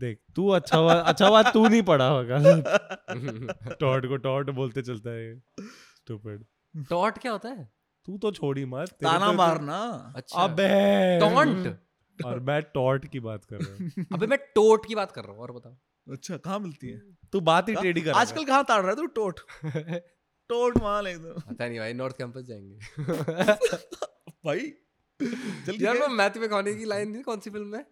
B: देख तू अच्छा हुआ अच्छा हुआ तू नहीं पढ़ा होगा टॉर्ट को टॉर्ट बोलते चलता है स्टूपिड
C: Taunt क्या होता है?
B: तू तो छोड़ी मत तेरे
A: ताना
B: पे-
A: मारना
C: अच्छा.
B: अबे
C: Taunt.
B: और मैं टॉर्ट की बात कर रहा हूँ
C: अबे मैं टोट की बात कर रहा हूँ और बताओ.
A: अच्छा कहाँ मिलती है
B: तू बात ही टेढ़ी कर
A: आजकल कहाँ ताड़ रहा है तू टोट टोट माल एकदम
C: पता नहीं भाई नॉर्थ कैंपस जाएंगे.
A: भाई चल
C: यार
A: गया।
C: वो मैथ्यू मैकॉनही की लाइन थी कौन सी फिल्म में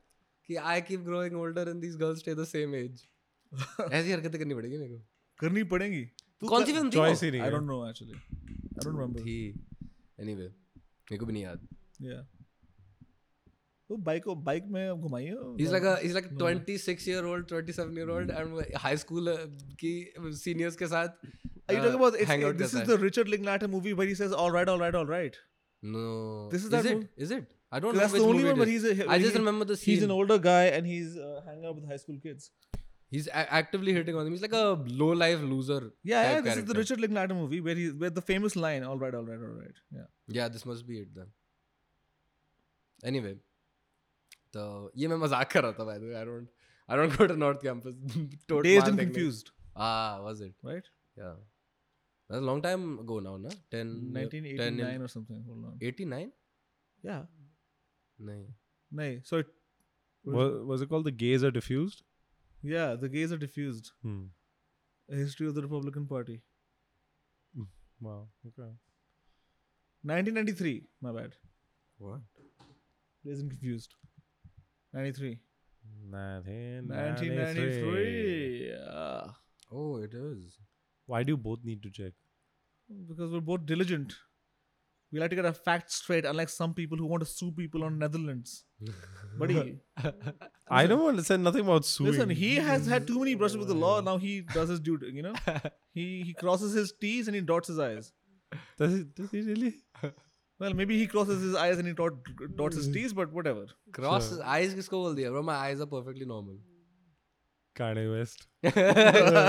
C: कि I keep growing older and these girls stay the same as. ऐसी हरकतें करनी पड़ेगी मेरे को.
A: करनी पड़ेगी तू
C: कौन सी फिल्म थी?
B: चॉइस
C: वो?
B: ही नहीं
A: आई
B: है
A: don't know actually I don't remember
C: थी. Anyway, मेरे को भी नहीं याद.
A: या वो बाइक तो को बाइक में घुमाई हो
C: He's like a he's like a
A: No.
C: 26 year old, 27 year old and वो high school uh, की seniors के साथ uh,
A: Are you talking about it's, it, this is
C: करता है.
A: the Richard Linklater movie where he says all right, all right, all right.
C: No.
A: this is
C: is
A: that
C: it?
A: movie?
C: Is it? I don't know
A: That's the
C: which
A: only
C: movie
A: one,
C: it
A: but
C: is.
A: he's a,
C: I
A: he-
C: just remember the scene.
A: he's an older guy and he's uh, hanging out with high school kids.
C: He's a- actively hitting on him. He's like a low life loser.
A: Yeah, yeah. This is
C: type
A: the
C: character.
A: Richard Linklater movie where he where the famous line all right, all right, all right. Yeah.
C: Yeah, this must be it then. Anyway, तो ये मैं मजाक कर रहा था by the way. I don't I don't go to North Campus. Tote
A: Dazed
C: मार
A: and
C: देखने.
A: confused,
C: Ah, was it?
A: right?
C: Yeah. That's a long time ago now, na? 10 10
A: 1989 or something. Hold on.
C: 89?
A: Yeah.
C: नहीं.
A: No. So it,
B: Wa- was it called the gays are diffused
A: yeah, the gays are diffused.
B: hmm.
A: A history of the Republican Party.
B: wow okay
A: 1993. My bad.
C: What?
A: Dazed and confused. 93.
B: 1993
A: 1993. Yeah.
C: Oh, it is.
B: why do you both need to check
A: because we're both diligent. We like to get our facts straight, unlike some people who want to sue people on Netherlands. Buddy,
B: I don't want to say nothing about suing.
A: listen, he has had too many brushes with the law. Now he does his duty. You know, he he crosses his T's and he dots his I's.
B: does he, does he really?
A: Well, maybe he crosses his I's and he dot, dots his T's, but whatever.
C: Cross eyes किसको बोल दिया? Bro, my eyes are perfectly normal.
B: Kanye West.
C: Kanye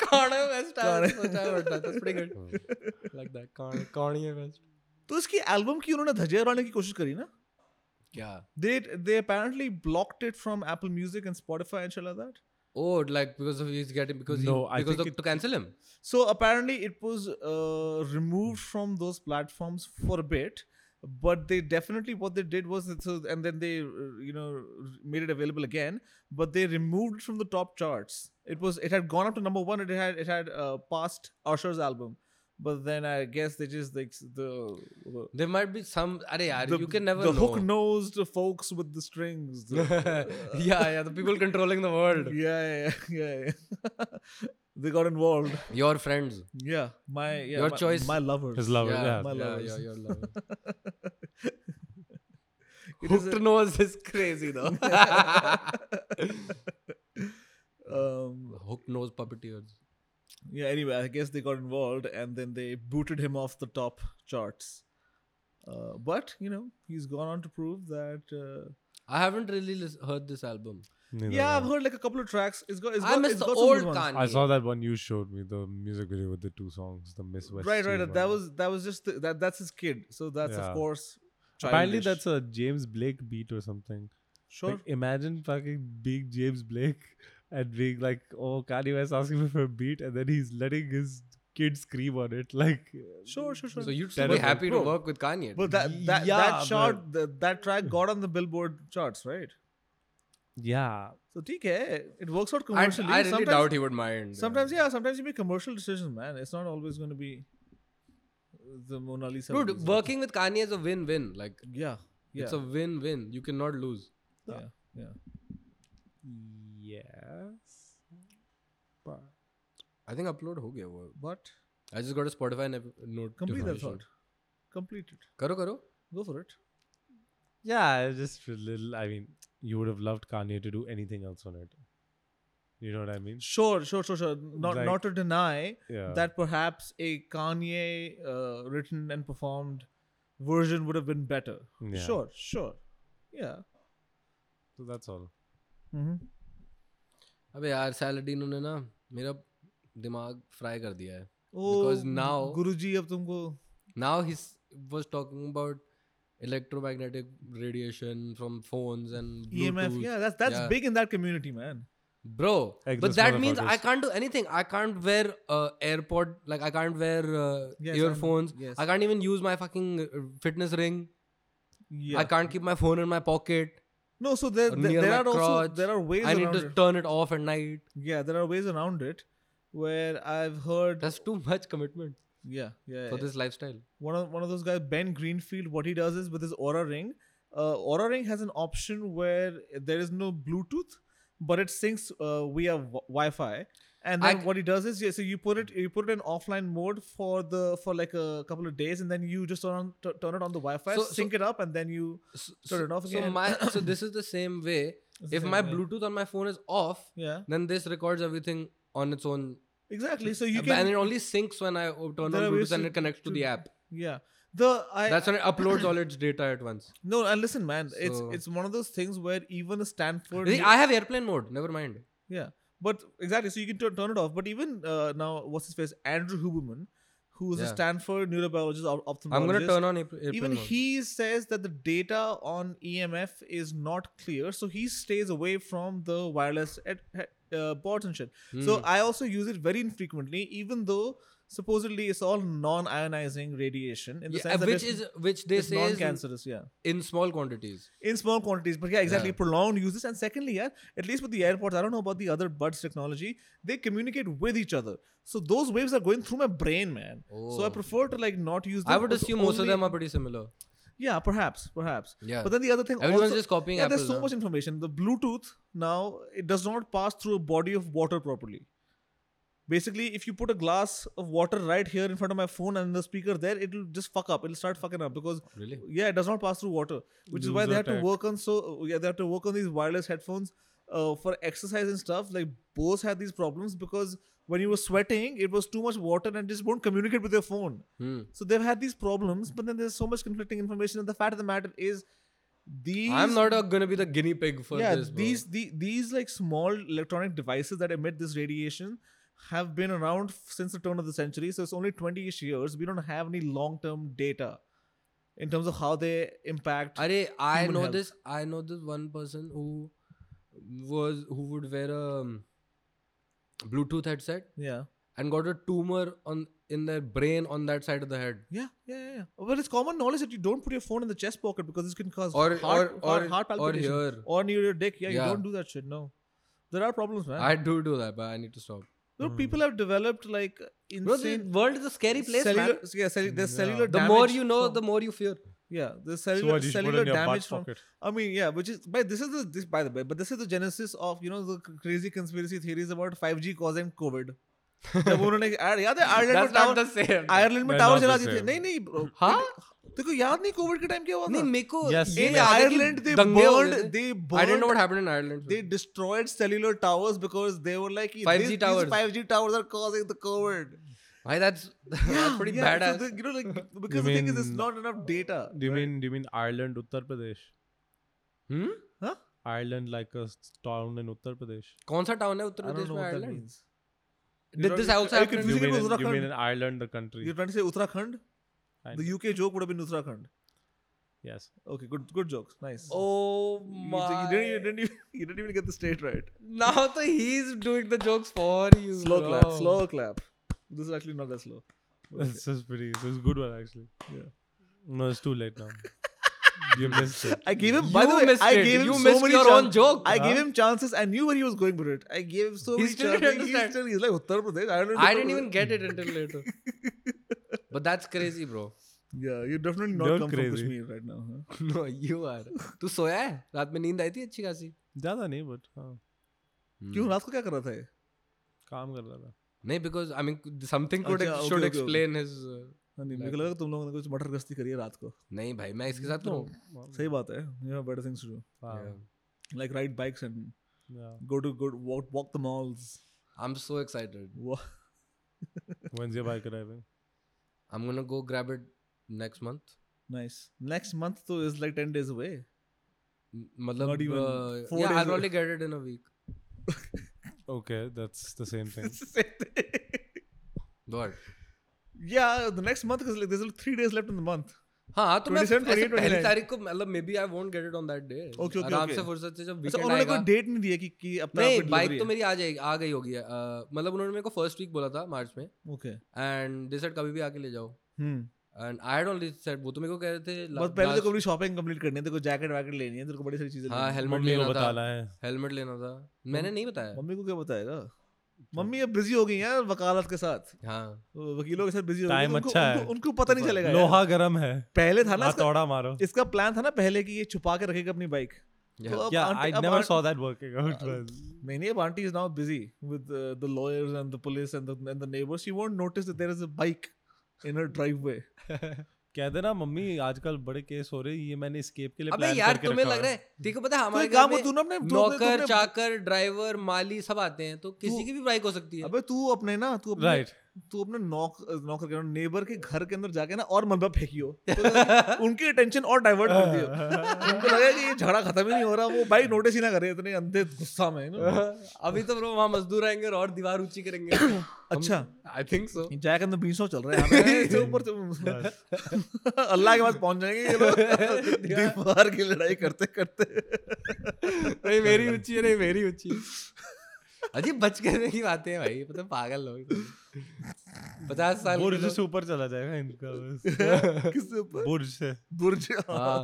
C: Kanye West. I
A: Kanye.
C: सोचा है, but that- That's pretty good. Like that. Kanye Kanye West.
A: तो इसकी album की उन्होंने धजिया उड़ाने की कोशिश करी ना
C: Yeah.
A: they they apparently blocked it from apple music and spotify and shit like that
C: Oh, like because of he's getting because
B: No,
C: he,
B: I
C: because
B: think
C: of, to cancel him.
A: So apparently, it was uh, removed from those platforms for a bit, but they definitely what they did was that- so, and then they uh, you know made it available again. But they removed it from the top charts. It was it had gone up to number one. It had it had uh, passed Usher's album, but then I guess they just like the
C: There might be some. Arey, yaar,
A: the,
C: you can never
A: the
C: know.
A: hook nosed folks with the strings. the-
C: yeah, yeah. The people controlling the world.
A: yeah, yeah, yeah. they got involved.
C: Your friends.
A: Yeah, my yeah,
C: Your
A: my,
C: choice.
A: My lovers.
B: His lover.
C: yeah,
B: Yeah.
A: Oh, my
C: yeah,
A: lovers.
C: yeah, your lovers.
A: It is
C: Hooked nose is crazy though.
A: um,
C: Hooked nose puppeteers.
A: yeah anyway i guess they got involved and then they booted him off the top charts uh, but you know he's gone on to prove that uh,
C: I haven't really lis- heard this album.
B: Neither
A: yeah i've
B: have
A: heard like a couple of tracks it's got it's
C: I
A: got,
C: miss
A: it's
C: the
A: got some good
C: old
A: ones.
B: I. I
C: Kanye.
B: saw that one you showed me, the music video with the two songs, the Miss West.
A: right right that was that was just the, that that's his kid so that's
B: Yeah.
A: of course
B: Apparently,
A: childish.
B: that's a James Blake beat or something.
A: sure
B: Like, imagine fucking being James Blake and being like, oh, Kanye West asking me for a beat, and then he's letting his kids scream on it. Like,
A: Sure, sure, sure.
C: So you'd still be
B: Terrible.
C: happy to
A: Bro.
C: work with Kanye.
A: But that that,
B: Yeah,
A: that shot that, that track got on the Billboard charts, right?
B: yeah,
A: So ठीक है, it works out
C: I,
A: commercially.
C: I really
A: sometimes,
C: doubt he would mind.
A: Sometimes yeah, sometimes you make commercial decisions, man. It's not always going to be the Mona Lisa. of
C: Dude,
A: these
C: working with Kanye is a win-win. Like
A: days. Yeah, yeah,
C: it's a win-win. You cannot lose.
A: yeah, yeah.
B: yes, but
C: I think upload हो गया वो.
A: But
C: I just got a Spotify nep- note.
A: complete that thought. Complete it.
C: Karo karo.
A: Go for it.
B: yeah, it's just a little. I mean, you would have loved Kanye to do anything else on it. You know what I mean?
A: Sure, sure, sure, sure. Not
B: Like-
A: not to deny
B: Yeah.
A: that perhaps a Kanye uh, written and performed version would have been better.
B: Yeah.
A: Sure, sure. Yeah.
B: So that's all.
A: Mm-hmm.
C: अबे यार सैलडीनो ने ना मेरा दिमाग fry कर दिया है.
A: Oh,
C: Because now-
A: Guruji, अब तुमको
C: Now he was talking about electromagnetic radiation from phones and
A: EMF.
C: Bluetooth.
A: E Yeah, that's that's
C: Yeah.
A: big in that community, man.
C: bro
B: Like
C: but
B: those
C: that means i
B: motherfuckers.
C: can't do anything i can't wear uh, airpod like i can't wear uh,
A: Yes,
C: earphones
A: I'm- yes.
C: i can't even use my fucking uh, fitness ring
A: Yeah.
C: i can't keep my phone in my pocket
A: no, so there
C: or
A: there,
C: near
A: there
C: my
A: are also
C: crotch.
A: there are ways
C: i need
A: around
C: to
A: it.
C: turn it off at night
A: Yeah, there are ways around it. Where I've heard,
C: that's too much commitment
A: yeah, yeah,
C: for
A: yeah.
C: this lifestyle
A: one of one of those guys, Ben Greenfield. What he does is with his Aura Ring. Uh, Aura Ring has an option where there is no Bluetooth, but it syncs uh, via w- Wi-Fi. And
C: I
A: then
C: c-
A: what he does is, yeah, so you put it you put it in offline mode for the for like a couple of days, and then you just turn on t- turn it on the Wi-Fi,
C: So- so-
A: sync it up, and then you
C: so,
A: Turn it off
C: so
A: again.
C: my so this is the same way
A: It's the
C: if
A: same
C: my
A: way.
C: bluetooth on my phone is off
A: yeah
C: then this records everything on its own
A: exactly. So you
C: and it
A: can
C: only syncs when i o- turn
A: There
C: on
A: are ways
C: bluetooth and
A: to-
C: it connects to
A: to-
C: the app
A: yeah the I
C: that's when it uploads all its data at once
A: no and listen man it's
C: So-
A: it's one of those things where even a Stanford
C: See, I have airplane mode. Never mind.
A: Yeah, but exactly. So you can tu- turn it off. But even uh, now, what's his face? Andrew Huberman, who's a
C: Yeah.
A: Stanford neurobiologist, op- ophthalmologist.
C: I'm gonna turn on air- airplane
A: Even
C: mode.
A: he says that the data on EMF is not clear, so he stays away from the wireless et- he- uh, boards and shit. So
C: Hmm.
A: I also use it very infrequently, even though supposedly it's all non-ionizing radiation in the
C: Yeah, uh,
A: sense that
C: which
A: it's,
C: is which they
A: it's
C: say is in,
A: non-cancerous. Yeah
C: in small quantities.
A: in small quantities. But yeah, exactly.
C: Yeah.
A: Prolonged uses. And secondly, yeah, at least with the AirPods, I don't know about the other buds technology. They communicate with each other. So those waves are going through my brain, man. So I
C: Oh.
A: prefer to like not use. Them
C: I would
A: It's
C: assume most of
A: only-
C: them are pretty similar.
A: Yeah, perhaps, perhaps.
C: Yeah.
A: But then the other thing.
C: Everyone's
A: also,
C: just copying
A: Yeah, there's
C: Apple
A: so
C: now.
A: much information. The Bluetooth now it does not pass through a body of water properly. Basically, if you put a glass of water right here in front of my phone and the speaker there, it'll just fuck up. It'll start fucking up because
C: Really?
A: yeah it does not pass through water which is why they
B: Loser
A: have to
B: tech.
A: work on so uh, yeah they have to work on these wireless headphones uh, for exercise and stuff like bose had these problems because when you were sweating it was too much water and just won't communicate with your phone
C: Hmm.
A: so they've had these problems but then there's so much conflicting information and the fact of the matter is these
C: I'm not uh, gonna be the guinea pig for
A: yeah
C: this. bro.
A: these the, these like small electronic devices that emit this radiation have been around f- since the turn of the century so it's only 20ish years we don't have any long term data in terms of how they impact
C: Arey, I
A: human
C: know
A: health.
C: this. I know this one person who was who would wear a um, Bluetooth headset
A: yeah
C: and got a tumor on in their brain on that side of the head.
A: yeah yeah yeah, yeah but it's common knowledge that you don't put your phone in the chest pocket because this can cause
C: Or-
A: heart,
C: or-
A: heart,
C: or-
A: heart
C: or
A: palpitation
C: here.
A: or near your dick yeah, you
C: Yeah.
A: don't do that shit no there are problems man
C: I Mm. do do that, but I need to stop.
A: There are people have developed like
C: Bro, the
A: insane
C: world is a scary place, man.
A: cellular, yeah, cellu- there's
B: Yeah.
A: cellular
C: The
A: damage
C: more you know,
A: from-
C: the more you fear.
A: Yeah, the
B: So
A: cellular,
B: what you should put
A: cellular
B: in your butt
A: damage from.
B: pocket?
A: I mean, yeah, which is by this is the this by the way, but this is the genesis of you know the c- crazy conspiracy theories about 5G causing COVID. जब उन्होंने यार याद है Ireland में
C: That's not
A: tower
C: the same.
A: Ireland में
B: They're
A: tower
B: not
A: चला
B: the
A: दिए थे
B: same.
A: नहीं नहीं bro,
C: हाँ?
A: देखो याद नहीं कोविड के टाइम क्या हुआ
C: नहीं
A: था
C: मेरे को
B: Yes,
C: ये
A: in
C: याद है कि
A: Ireland they
C: दंगे हो
A: burned
C: गए थे।
A: they
C: I didn't know
A: burned
C: what happened in Ireland.
A: they destroyed cellular towers because they were like
C: 5G
A: these,
C: towers.
A: these 5G towers are causing the COVID
C: Why that's that's pretty
A: yeah, so
C: badass.
A: the- you know like because the thing is it's
B: mean-
A: not enough data
B: Do you mean do you mean Ireland, Uttar Pradesh?
C: Hmm?
A: huh
B: Ireland like a s- town in Uttar Pradesh.
C: कौन सा town है Uttar
A: I don't
C: Pradesh
A: know
C: में
A: what that
C: Ireland
A: means
C: Did this also
A: Are you
B: You
C: happen?
A: confusing
B: mean,
A: it with
B: in, you mean
A: Uttarakhand?
B: in Ireland, the country?
A: You're trying to say Uttarakhand?
B: Kind
A: The
B: of.
A: UK joke would have been Uttarakhand.
B: yes.
A: Okay, good good jokes. Nice.
C: Oh
A: you,
C: my!
A: you didn't, you, didn't even, you didn't even get the state right.
C: Now the he's doing the jokes for you.
A: Slow
C: bro.
A: clap, slow clap. This is actually not that slow. But
B: This is pretty. This is good one actually.
A: Yeah.
B: No, it's too late now. you missed it.
A: I gave him. by the
C: You
A: way,
C: missed
A: I
C: it.
A: gave him
C: You
A: so
C: missed
A: many
C: your
A: chan-
C: own joke.
A: I gave
B: Huh?
A: him chances. I knew where he was going with it. I gave him so
C: He
A: many
C: still didn't
A: chances. He
C: understand.
A: still, he's like Uttar Pradesh. I don't know.
C: I
A: Uttar
C: didn't even
A: Pradesh."
C: get it until later. but that's crazy, bro.
A: Yeah, you're definitely not
B: You're
A: come from
B: crazy.
A: Kashmir right now. Huh?
C: No, you are. तू सोया है रात में नींद आई थी अच्छी खासी
B: ज्यादा नहीं बट हाँ
A: Hmm.
C: Hmm.
A: क्यों रात को क्या कर रहा था ये?
B: काम कर रहा था
C: नहीं because I mean something could
A: अच्छा, okay,
C: should
A: okay, okay.
C: Explain his
A: हाँ, नहीं मेरे को लगा तुम लोगों ने कुछ मटर गश्ती करी है रात को
C: uh, नहीं भाई मैं इसके साथ करूं
A: सही बात है you have better things to do
B: हाँ,
A: like ride bikes and
B: yeah.
A: Go to go walk walk the malls
C: I am so excited
B: When's your bike arriving?
C: I am gonna go grab it next month
A: nice next month तो is like 10 days away
C: मतलब
A: Not even
C: uh,
A: four
C: yeah,
A: days
C: I'll
A: away.
C: probably get it in a week.
B: Okay, that's the same
C: Hmm.
B: thing.
C: What?
A: Yeah, the next month because like there's only three days left in the month.
C: हाँ तो मैं
A: 27,
C: ऐसे
A: 28,
C: पहली
A: 29.
C: तारीख को मतलब may be I won't get it on that day
A: Okay, okay,
C: आराम
A: okay.
C: से फुर्सत से जब
A: अच्छा
C: वीकेंड
A: उन्होंने
C: आएगा
A: कोई डेट नहीं दिया कि कि अपना
C: नहीं बाइक तो मेरी आ जाएगी आ गई होगी uh, मतलब उन्होंने मेरे को फर्स्ट वीक बोला था मार्च में
A: ओके
C: एंड दे सेड कभी भी आके ले जाओ
A: हम्म
C: and I had only said वो तो मेरे को कह रहे थे ला-
A: बस पहले तो
C: last-
A: कभी शॉपिंग कंप्लीट करनी है तेरे को जैकेट वैकेट लेनी है तेरे को बड़ी सारी चीजें
C: हाँ
A: लेनी है।
B: मम्मी
C: हेलमेट
B: को
C: लेना था
B: बताना है
C: हेलमेट लेना था मैंने नहीं बताया
A: मम्मी को क्या बताएगा मम्मी अब बिजी हो गई हैं वकालत के साथ
C: हाँ
A: वो वकीलों के साथ बिजी हो गई हैं,
B: Time
A: तो उनको-
B: अच्छा है।
A: उनको- उनको पता नहीं चलेगा यार।
B: लोहा गर्म है
A: पहले था ना
B: हाँ,
A: इसका-
B: तोड़ा मारो
A: इसका प्लान था ना पहले कि ये छुपा के रखेगा अपनी बाइक
C: Yeah.
A: तो अब
B: Yeah,
A: आंटी-
B: I
A: अब
B: never
A: aunt-
B: saw that working out. well.
A: नहीं नहीं अब aunty is now busy with the lawyers and the police and the and the neighbours she won't notice that there is a bike in her driveway
B: कह देना mummy आजकल बड़े case हो रहे हैं, ये मैंने escape के लिए
C: अबे
B: plan
C: यार
B: करके
C: तुम्हें
B: रखा
C: लग रहा
B: हुआ
C: है देखो पता है हमारे
A: तो काम
C: घर
A: को तू
C: में
A: ना अपने तू अपने- तू
C: नौकर
A: अपने-
C: चाकर ड्राइवर माली सब आते हैं तो किसी
A: तू-
C: की भी बाइक हो सकती है
A: अबे तू अपने ना तू अपने
B: है। Right.
A: तू अपने नौक नौकर के नेबर के घर के अंदर जाके ना और मलबा फेंकियो तो उनकी अटेंशन और डाइवर्ट कर दियो उनको लगा कि ये झगड़ा खत्म ही नहीं हो रहा वो भाई नोटिस ही ना करे इतने अंधे गुस्सा में you know?
C: अभी तो ब्रो वहाँ मजदूर आएंगे और दीवार ऊंची करेंगे
A: अच्छा
C: I think so
A: Jack and the बीसो चल रहा है यहाँ पे ऊपर तो- अल्लाह के पास पहुंच जाएंगे ये लोग दीवार की लड़ाई करते करते
C: नहीं मेरी ऊंची है नहीं मेरी ऊंची अजी बच करने की बातें हैं भाई पता है पागल लोग पचास साल तो- के
A: मतलब-
B: बुर्ज
C: लोग-
B: से ऊपर चला जाएगा इनका बस
A: किससे ऊपर
B: बुर्ज से
A: बुर्ज
C: हाँ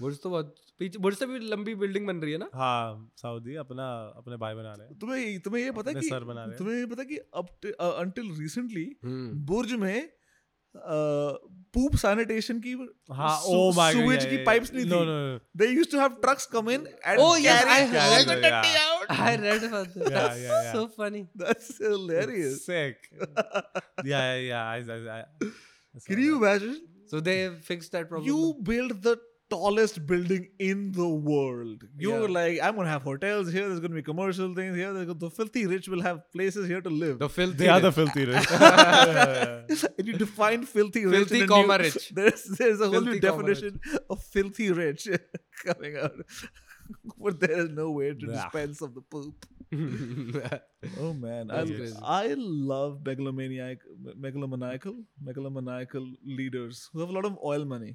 C: बुर्ज तो बहुत पीछे बुर्ज से भी लंबी बिल्डिंग बन रही है ना
B: हाँ सऊदी अपना अपने भाई बना रहे हैं
A: तुम्हें तुम्हें ये पता है
B: अपने
A: कि
B: सर बना रहे हैं।
A: तुम्हें ये पता है कि up until recently
C: hmm.
A: Burj में पूप सैनिटेशन की
B: हाँ
A: सु-
B: ओ माय गॉड
A: sewage की pipes नहीं
B: नो
A: थी।
B: No
A: they used to have trucks come in and
C: Oh, yes,
A: carry
C: I
A: all
C: heard
A: the
B: that,
A: dirty
B: yeah.
A: out
C: I read about
B: Yeah, yeah, yeah.
C: So funny
A: that's hilarious
B: sick yeah yeah yeah I, I, I, I saw
A: can you
B: that.
A: imagine
C: So they fixed that problem.
A: you build the tallest building in the world you
C: Yeah.
A: were like i'm gonna have hotels here there's gonna be commercial things here there's gonna- the filthy rich will have places here to live
C: the filthy.
B: they are the
C: rich.
B: filthy rich
A: and you define filthy rich
C: Filthy
A: in a
C: comma
A: new-
C: rich.
A: there's there's a whole new
C: Filthy comma
A: definition of filthy rich coming out but there is no way to
B: Nah.
A: dispense of the poop Oh man, I,
C: That's crazy.
A: I love megalomaniac, megalomaniacal, megalomaniacal leaders who have a lot of oil money.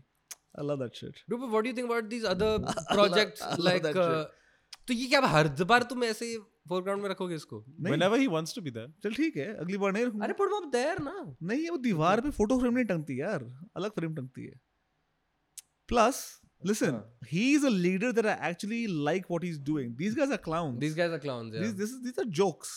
A: I love that shit.
C: Dude, but what do you think about these other projects
A: I love
C: like?
A: that
C: Uh, तो ये क्या हर बार तुम ऐसे foreground में रखोगे इसको?
B: whenever he wants to be there
A: चल ठीक है अगली बार नहीं रखूंगा
C: अरे put them up there ना.
A: नहीं ये वो दीवार पे फोटो फ्रेम नहीं टंगती यार अलग फ्रेम टंगती है plus listen he is a leader that I actually like what he is doing these guys are clowns
C: These guys are clowns. Yeah.
A: This this is these are jokes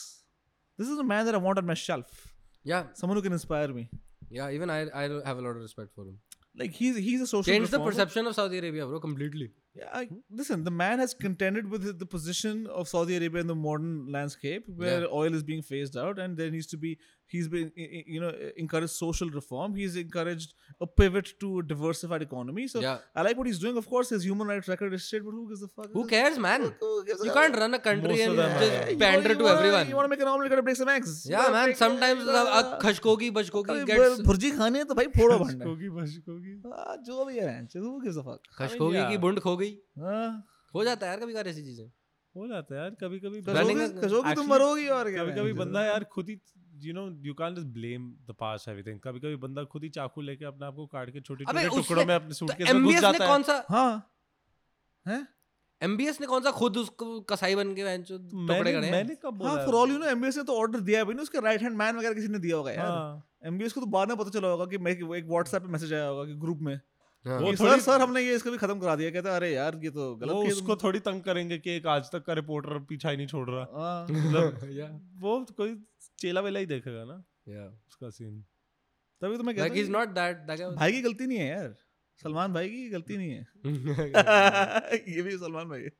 A: this is a man that I want on my shelf
C: yeah.
A: Someone who can inspire me
C: Yeah. Even I, I have a lot of respect for him.
A: Like he he is a social
C: Change the perception of Saudi Arabia, bro, completely.
A: Yeah, I, listen, the man has contended with the- the position of Saudi Arabia in the modern landscape where
C: Yeah.
A: oil is being phased out and there needs to be, he's been, i- i- you know, encouraged social reform. He's encouraged a pivot to a diversified economy. So
C: Yeah.
A: I like what he's doing. Of course, his human rights record is shit, but who gives a fuck?
C: Who cares, man?
A: Who gives a
C: You
A: fuck?
C: can't run a country
B: Most of
C: and
B: them are-
A: Yeah,
C: just
A: you
C: pander
A: wanna-
C: to
A: you wanna-
C: everyone.
A: You want to make an omelet, you gotta break some eggs. You
C: Yeah,
A: gotta
C: man.
A: break- uh,
C: Sometimes
A: you gotta-
C: अब Khashoggi बचकोगी
A: अरे,
C: gets
A: bhurji खानी है तो भाई फोड़ो भांडे
B: Bashkogi, Bashkogi.
A: हाँ, जो भी है ranch, who gives a fuck?
C: Khashoggi की
B: yeah.
C: बुंड खो गई.
A: हाँ,
C: हो जाता है यार कभी कभी ऐसी चीजें.
B: हो जाता है यार कभी कभी
C: Running
A: कसोगी-
C: a-
A: कसोगी तो
B: actually,
A: मरोगी और क्या
B: कभी कभी
A: ranch?
B: बंदा यार खुद ही you know you can just blame the past everything कभी कभी बंदा खुद ही चाकू लेके अपने आप को काट के छोटे
C: अबे तो
B: छोटे
C: उसने-
B: टुकड़ों में अपने सूटकेस
C: तो
B: में घुस
C: MBS ने
B: जाता है
C: कौन सा
A: हाँ हैं
C: एमबीएस ने कौन सा खुद उसको कसाई बन के बेंचो टुकड़े
B: मैंने
C: करे हैं
B: मैंने कब बोला
A: हाँ for all you know MBS ने तो ऑर्डर दिया है भाई ना उसका राइट हैंड मैन वगैरह किसी ने दिया होगा यार
B: हाँ,
A: एमबीएस को तो बाद में पता चला होगा कि मैं वो एक WhatsApp पे मैसेज आया होगा कि ग्रुप में
C: हाँ।
B: वो
A: कि सर
B: थोड़ी-
A: सर हमने ये इसको भी खत्म करा दिया कहता अरे यार ये तो गलत
B: वो
A: किया
B: उसको
A: तुमने।
B: थोड़ी तंग करेंगे कि एक आज तक का रिपोर्टर पीछा ही नहीं छोड़ रहा
A: हाँ
C: Yeah.
B: वो कोई चेला वेला ही देखेगा ना
C: Yeah.
B: उसका सीन
A: तभी तो मैं
C: Like he's
A: कहता
C: not that. That guy
A: हूँ,
C: was.
A: भाई की गलती नहीं है यार सलमान भाई की गलती नहीं है ये भी सलमान भाई है।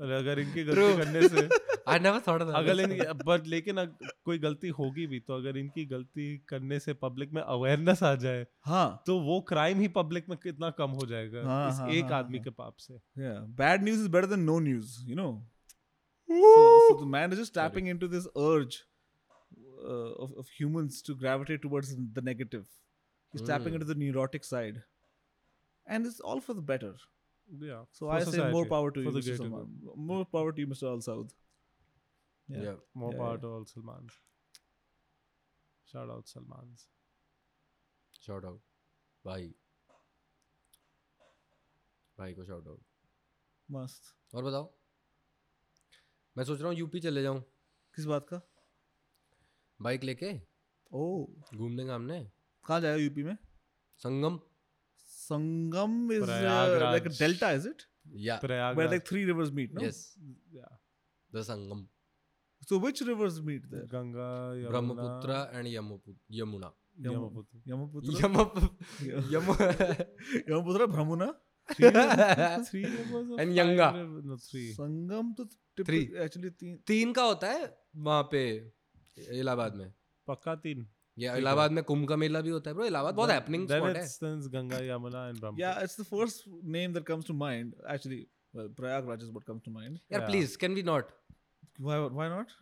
B: और अगर इनकी
C: True.
B: गलती करने से
C: I never thought of that.
B: अगर इन बट लेकिन अग- कोई गलती होगी भी तो अगर इनकी गलती करने से पब्लिक में अवेयरनेस आ जाए
A: हाँ
B: तो वो क्राइम ही पब्लिक में कितना कम हो जाएगा
A: हाँ,
B: इस
A: हाँ,
B: एक
A: हाँ,
B: आदमी
A: हाँ।
B: के पाप से
A: Yeah, bad news is better than no news, you know. So, so the man is just
C: Correct.
A: tapping into this urge uh, of, of humans to gravitate towards the negative. He's tapping
C: Mm.
A: into the neurotic side. And it's all for the better.
B: Yeah,
A: So
B: for
A: I say more
B: society,
A: power to
B: for
A: you,
B: the
A: Mr.
B: greater
A: Salman. More power to you, Mr. Al Saud. Yeah.
C: Yeah.
B: good. more
A: Yeah,
B: power
A: yeah.
B: to all Salmans. Shout out Salmans.
C: Shout out. Bye. भाई को shout out.
A: मस्त
C: और बताओ मैं सोच रहा हूँ UP चले जाऊँ
A: किस बात का
C: बाइक लेके
A: ओ
C: घूमने घामने
A: कहाँ जाएगा यूपी में
C: Sangam
A: Sangam is uh, like a
B: Prayagraj.
A: delta is it
C: या
A: where
B: Prayagraj
A: like three rivers meet no
C: yes
B: yeah,
C: the Sangam
A: so which rivers meet there
B: Ganga Yamuna,
C: Brahmaputra and Yamuna
B: यमुपुत्र
A: Yamaputra
C: Yamuna
A: Yamaputra Brahmana
C: Yamuna
B: three rivers or
C: And
B: five
C: Yanga.
B: riv- no three
A: Sangam तो
C: Three.
A: Actually तीन
C: तीन का होता है वहाँ पे इलाहाबाद में
B: पक्का तीन
C: या
B: है।
C: इलाहाबाद में कुंभ का मेला भी होता है ब्रो इलाहाबाद बहुत
B: Then-
C: हैपनिंग
B: then
C: स्पॉट है
B: it's- then it's Ganga Yamuna and
A: या
B: Brahmaputra
A: it's the first name that comes to mind actually Prayagraj is what comes to mind
C: यार
B: yeah.
C: Please can we not
A: why why not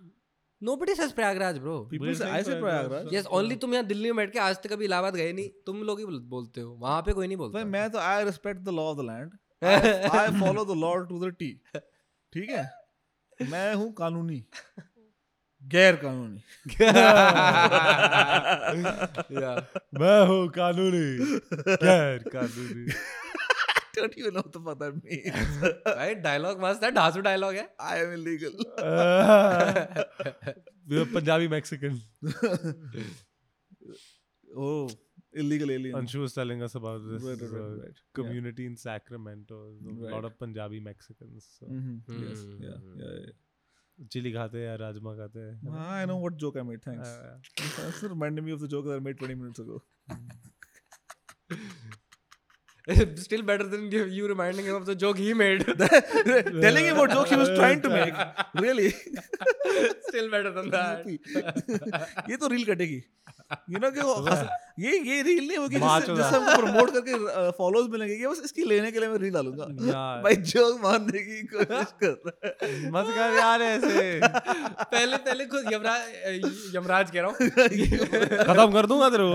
C: nobody says Prayagraj bro
A: people say
B: saying
A: I say
B: Prayagraj,
A: Prayagraj
C: yes only तुम यहाँ दिल्ली में बैठ के आज तक कभी इलाहाबाद गए नहीं तुम लोग ही बोल- बोलते हो वहाँ पे कोई नहीं बोलता
A: भाई मैं तो I respect the law of the land I follow the law to the T ठीक है मैं हूँ कानूनी गैर कानूनी
C: Yeah.
B: मैं हूँ कानूनी गैर कानूनी
A: don't you know the fuck that means
C: भाई डायलॉग मस्त है ढासू डायलॉग है
A: I am illegal
B: We are Punjabi Mexican Oh.
A: Oh illegal alien
B: Anshu was telling us about this
A: Right, right,
B: uh,
A: right, right. Yeah.
B: community in Sacramento. There's a lot
A: Right.
B: of Punjabi Mexicans. So.
A: Mm-hmm. Yes.
C: Hmm.
A: Yeah. Yeah. yeah.
B: Chili खाते हैं, राजमा खाते हैं. है ना?
A: Ah, I know what joke I made. Thanks.
B: Uh,
A: That's reminded me of the joke that I made 20 minutes ago.
C: Still better than you reminding of the joke he made
A: Telling him what joke he was trying to make. Really?
C: Still better than that
A: ये तो reel कटेगी you know कि वो हंस- ये ये reel नहीं होगी
B: माचो
A: जिससे जिससे हमको प्रमोट करके फॉलोज मिलेंगे ये बस इसकी लेने के लिए मैं रील डालूंगा
B: यार.
A: भाई जोक मारने की कोशिश कर रहा है
B: मत कर यार ऐसे
C: पहले पहले खुद यमराज यमराज eh, कह रहा हूँ
B: खत्म कर दूंगा तेरे को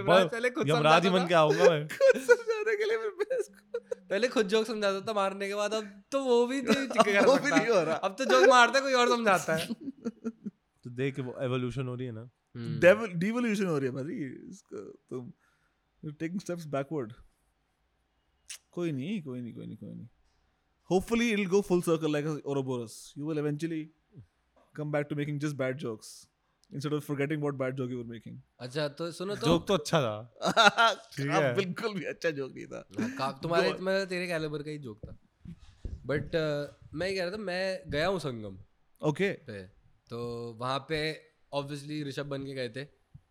C: यमराज पहले खुद
B: यमराज ही
C: समझाता
B: बन के आऊंगा मैं
A: खुद समझाने के लिए मैं best को-
C: था। पहले खुद जोक समझाता था मारने के बाद अब तो वो भी नहीं कर
A: वो भी
C: सकता।
A: नहीं हो रहा।
C: अब तो जोक मारता है, कोई और समझाता है
B: तो देख वो एवोल्यूशन हो रही है ना
C: हम्म।
A: devil devolution हो रही है भाई इसका तो तुम टेकिंग स्टेप्स बैकवर्ड कोई नहीं कोई नहीं कोई नहीं कोई नहीं hopefully it go full circle like ouroboros you will eventually come back to making just bad jokes instead of forgetting what bad joke you were making
C: अच्छा तो सुनो तो
B: जोक तो अच्छा था है।
A: बिल्कुल भी अच्छा जोक नहीं था
C: हाँ, का- तुम्हारे तुम्हारे तेरे कैलिबर का ही जोक था बट मैं ये कह रहा था मैं गया हूँ संगम
A: ओके
C: पे तो वहाँ पे ऑब्वियसली ऋषभ बन के गए थे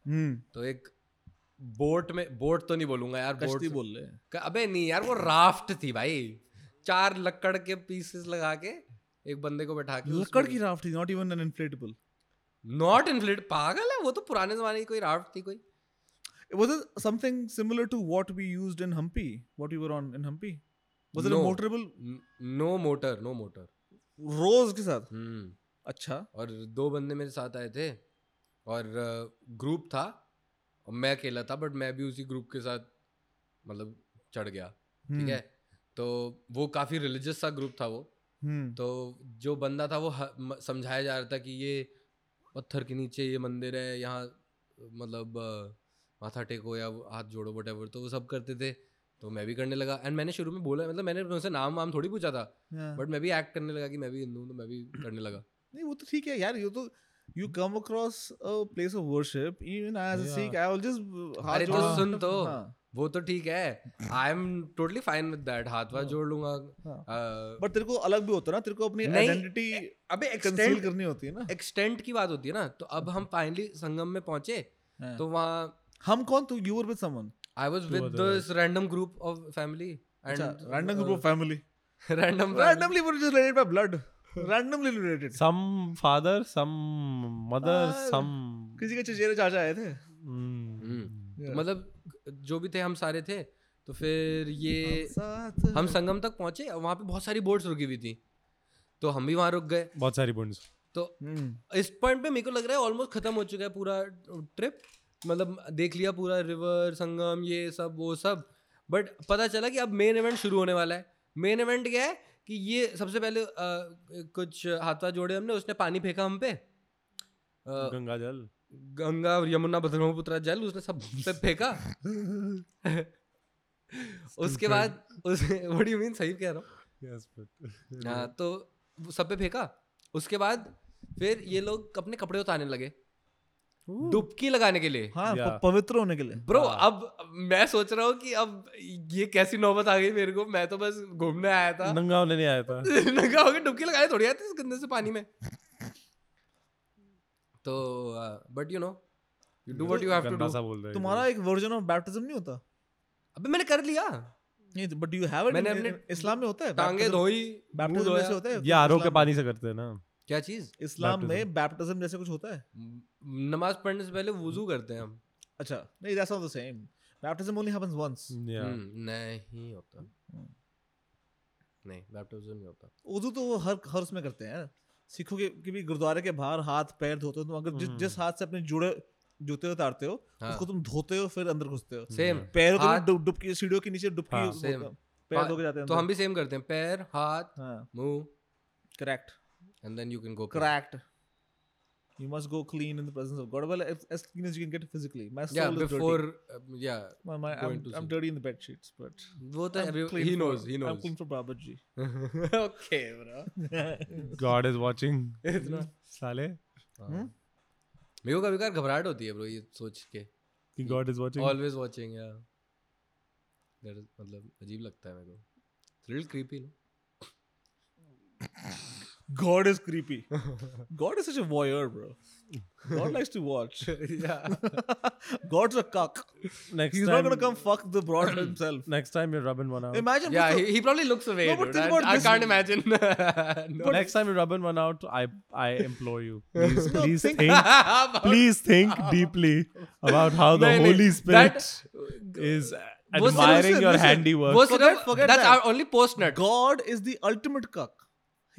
A: हम्म
C: तो एक बोट में बोट तो नहीं बोलूंगा यार
A: कश्ती
C: बोट
A: बोल रहे हैं
C: क- अबे नहीं यार वो राफ्ट थी भाई चार लकड़ के पीसेस लगा के एक बंदे को बैठा के
A: लकड़ की raft not even an inflatable
C: not inflate पागल है वो तो पुराने जमाने की कोई राफ्ट थी कोई
A: was it something similar to what we used in Hampi what we were on in Hampi was it
C: No.
A: a motorable
C: no motor no motor
A: रोज के साथ
C: हम्म
A: अच्छा
C: और दो बंदे मेरे साथ आए थे और ग्रुप था और मैं अकेला था बट मैं भी उसी ग्रुप के साथ मतलब चढ़ गया ठीक
A: हम्म,
C: है तो वो काफ़ी रिलीजियस सा ग्रुप था वो
A: हम्म,
C: तो जो बंदा था वो ह- म- समझाया जा रहा था कि ये पत्थर के नीचे ये मंदिर है यहाँ मतलब अ, माथा टेको या वो हाथ जोड़ो वट तो वो सब करते थे तो मैं भी करने लगा एंड मैंने शुरू में बोला मतलब मैंने उनसे नाम वाम थोड़ी पूछा था
A: Yeah.
C: बट मैं भी एक्ट करने लगा कि मैं भी हिंदू हूँ तो मैं भी करने लगा
A: नहीं वो तो ठीक है यार ये तो you come across a place of worship even as a
B: Yeah.
A: Sikh I will just uh, हाथ
C: अरे तो
A: जोड़ना-
C: सुन तो।
A: हाँ.
C: वो तो ठीक है I am totally fine with that हाथ वाथ
A: हाँ।
C: जोड़ लूंगा
A: हाँ।
C: अ,
A: बट तेरे को अलग भी होता है ना तेरे को अपनी
C: नहीं,
A: आइडेंटिटी
C: अबे
A: कंसील
C: एक्सटेंड
A: करनी होती है ना
C: एक्सटेंट की बात होती है ना तो अब हम फाइनली संगम में पहुंचे
A: हाँ.
C: तो वहाँ
A: हम कौन तू you were with someone
C: I was
B: Two
C: with
B: other
C: this random group of family
A: अच्छा
C: uh,
A: random group of family
C: random
A: randomly were just related by blood randomly related
B: some father, some mother,
A: Ah,
B: some.
A: किसी के चचेरे चाचा आए थे
B: Mm.
C: Hmm.
A: Yeah.
C: तो मतलब जो भी थे हम सारे थे तो फिर ये
A: साथ
C: हम संगम तक पहुंचे और वहाँ पे बहुत सारी बोट्स रुकी हुई थी तो हम भी वहाँ रुक गए
B: बहुत सारी bonds.
C: तो
A: हम्म,
C: इस पॉइंट पे मेरे को लग रहा है ऑलमोस्ट खत्म हो चुका है पूरा ट्रिप मतलब देख लिया पूरा रिवर संगम ये सब वो सब बट पता चला कि अब मेन इवेंट शुरू होने वाला है मेन इवेंट क्या है कि ये सबसे पहले अ, कुछ हाथ वाथ जोड़े हमने उसने पानी फेंका हम पे अ,
B: गंगा जल
C: गंगा और यमुना ब्रह्मपुत्र जल उसने सब पे फेंका उसके बाद उस व्हाट यू मीन सही कह रहा हूँ
B: yes but
C: हाँ, तो वो सब पे फेंका उसके बाद फिर ये लोग अपने कपड़े उतारने लगे डुबकी लगाने के लिए
A: हाँ
B: Yeah.
A: प- पवित्र होने के लिए
C: ब्रो
B: हाँ।
C: अब मैं सोच रहा हूँ कि अब ये कैसी नौबत आ गई मेरे को मैं तो बस घूमने आया था
B: नंगा होने नहीं आया था
C: नंगा होकर डुबकी लगाए थोड़ी आती है इस गंदे से पानी में तो but you know you do what you have to
B: गंदा
C: डू
B: सा बोल रहा है
A: तुम्हारा एक वर्जन ऑफ बैप्टिज्म नहीं होता
C: अबे मैंने कर लिया
A: नहीं बट यू हैव
C: मैंने अपने
A: इट इस्लाम में होता है
C: टांगे
A: baptism-
C: धोई मुंह
A: baptism
C: धोया
A: जैसे होता है
B: ये आरओ के
A: इस्लाम-
B: पानी से करते हैं ना
C: क्या चीज
A: इस्लाम
B: baptism.
A: में बैप्टिज्म जैसे कुछ होता है
C: नमाज पढ़ने से पहले वुजू करते हैं हम
A: अच्छा नहीं that's not the same baptism only happens once
B: या
C: हम्म, नहीं होता
A: हम्म।
C: नहीं बैप्टिज्म नहीं होता
A: उर्दू तो वो हर हर उसमें करते हैं सिखों के, के भी गुरुद्वारे के बाहर हाथ पैर धोते हो तुम अगर जिस
B: हम्म।
A: जिस हाथ से अपने जुड़े जूते उतारते हो
C: Hmm. हाँ। Hmm,
A: उसको तो तुम धोते हो फिर अंदर घुसते हो
C: सेम
A: पैरों को
C: हाथ-
A: डुब- डुबकी सीढ़ियों के नीचे डुबकी
B: हाँ,
A: होता-
C: same.
A: पैर
C: पा-
A: धो के जाते हैं
C: तो हम भी सेम करते हैं पैर हाथ
A: हाँ
C: मुंह
A: correct
C: and then you can go
A: correct you must go clean in the presence of God well as clean as you can get physically my
C: या
A: सोल इज
C: बिफोर
A: डर्टी
C: या
A: My, my,
C: going
A: I'm, I'm
C: to sleep.
A: dirty in the bed sheets, but
C: वो तो
A: I'm
C: every-
A: clean
C: he
A: for-
C: knows he
A: I'm
C: knows
A: clean for Babaji.
C: Okay bro
B: God is watching
C: इतना
B: साले
A: हम्म?
C: हाँ। मेरे को कभी कभार घबराहट होती है ब्रो ये सोच के
B: कि
C: हम्म।
B: God is watching
C: always watching या That is- मतलब अजीब लगता है मेरे को little creepy
A: God is creepy. God is such a voyeur, bro. God likes to watch. God's a cuck.
B: Next
A: He's not gonna come fuck the broad himself.
B: Next time you rubbing one out
A: Imagine
C: Yeah,
A: we
C: he, he probably looks away.
A: No, but
C: dude.
A: think
C: I,
A: about
C: I
A: this-
C: can't imagine. no.
B: Next time you rubbing one out I I implore you please
A: No,
B: please
A: think-
B: think
C: About-
B: please think deeply about how the
C: नहीं, नहीं,
B: holy
C: that-
B: spirit is
C: वो सिर्फ-
B: admiring your
A: listen,
B: handiwork
C: वो
A: Forget-
C: सिर्फ
A: forget
C: that's
A: that.
C: our only post
A: thought
C: nut.
A: God is the ultimate cuck.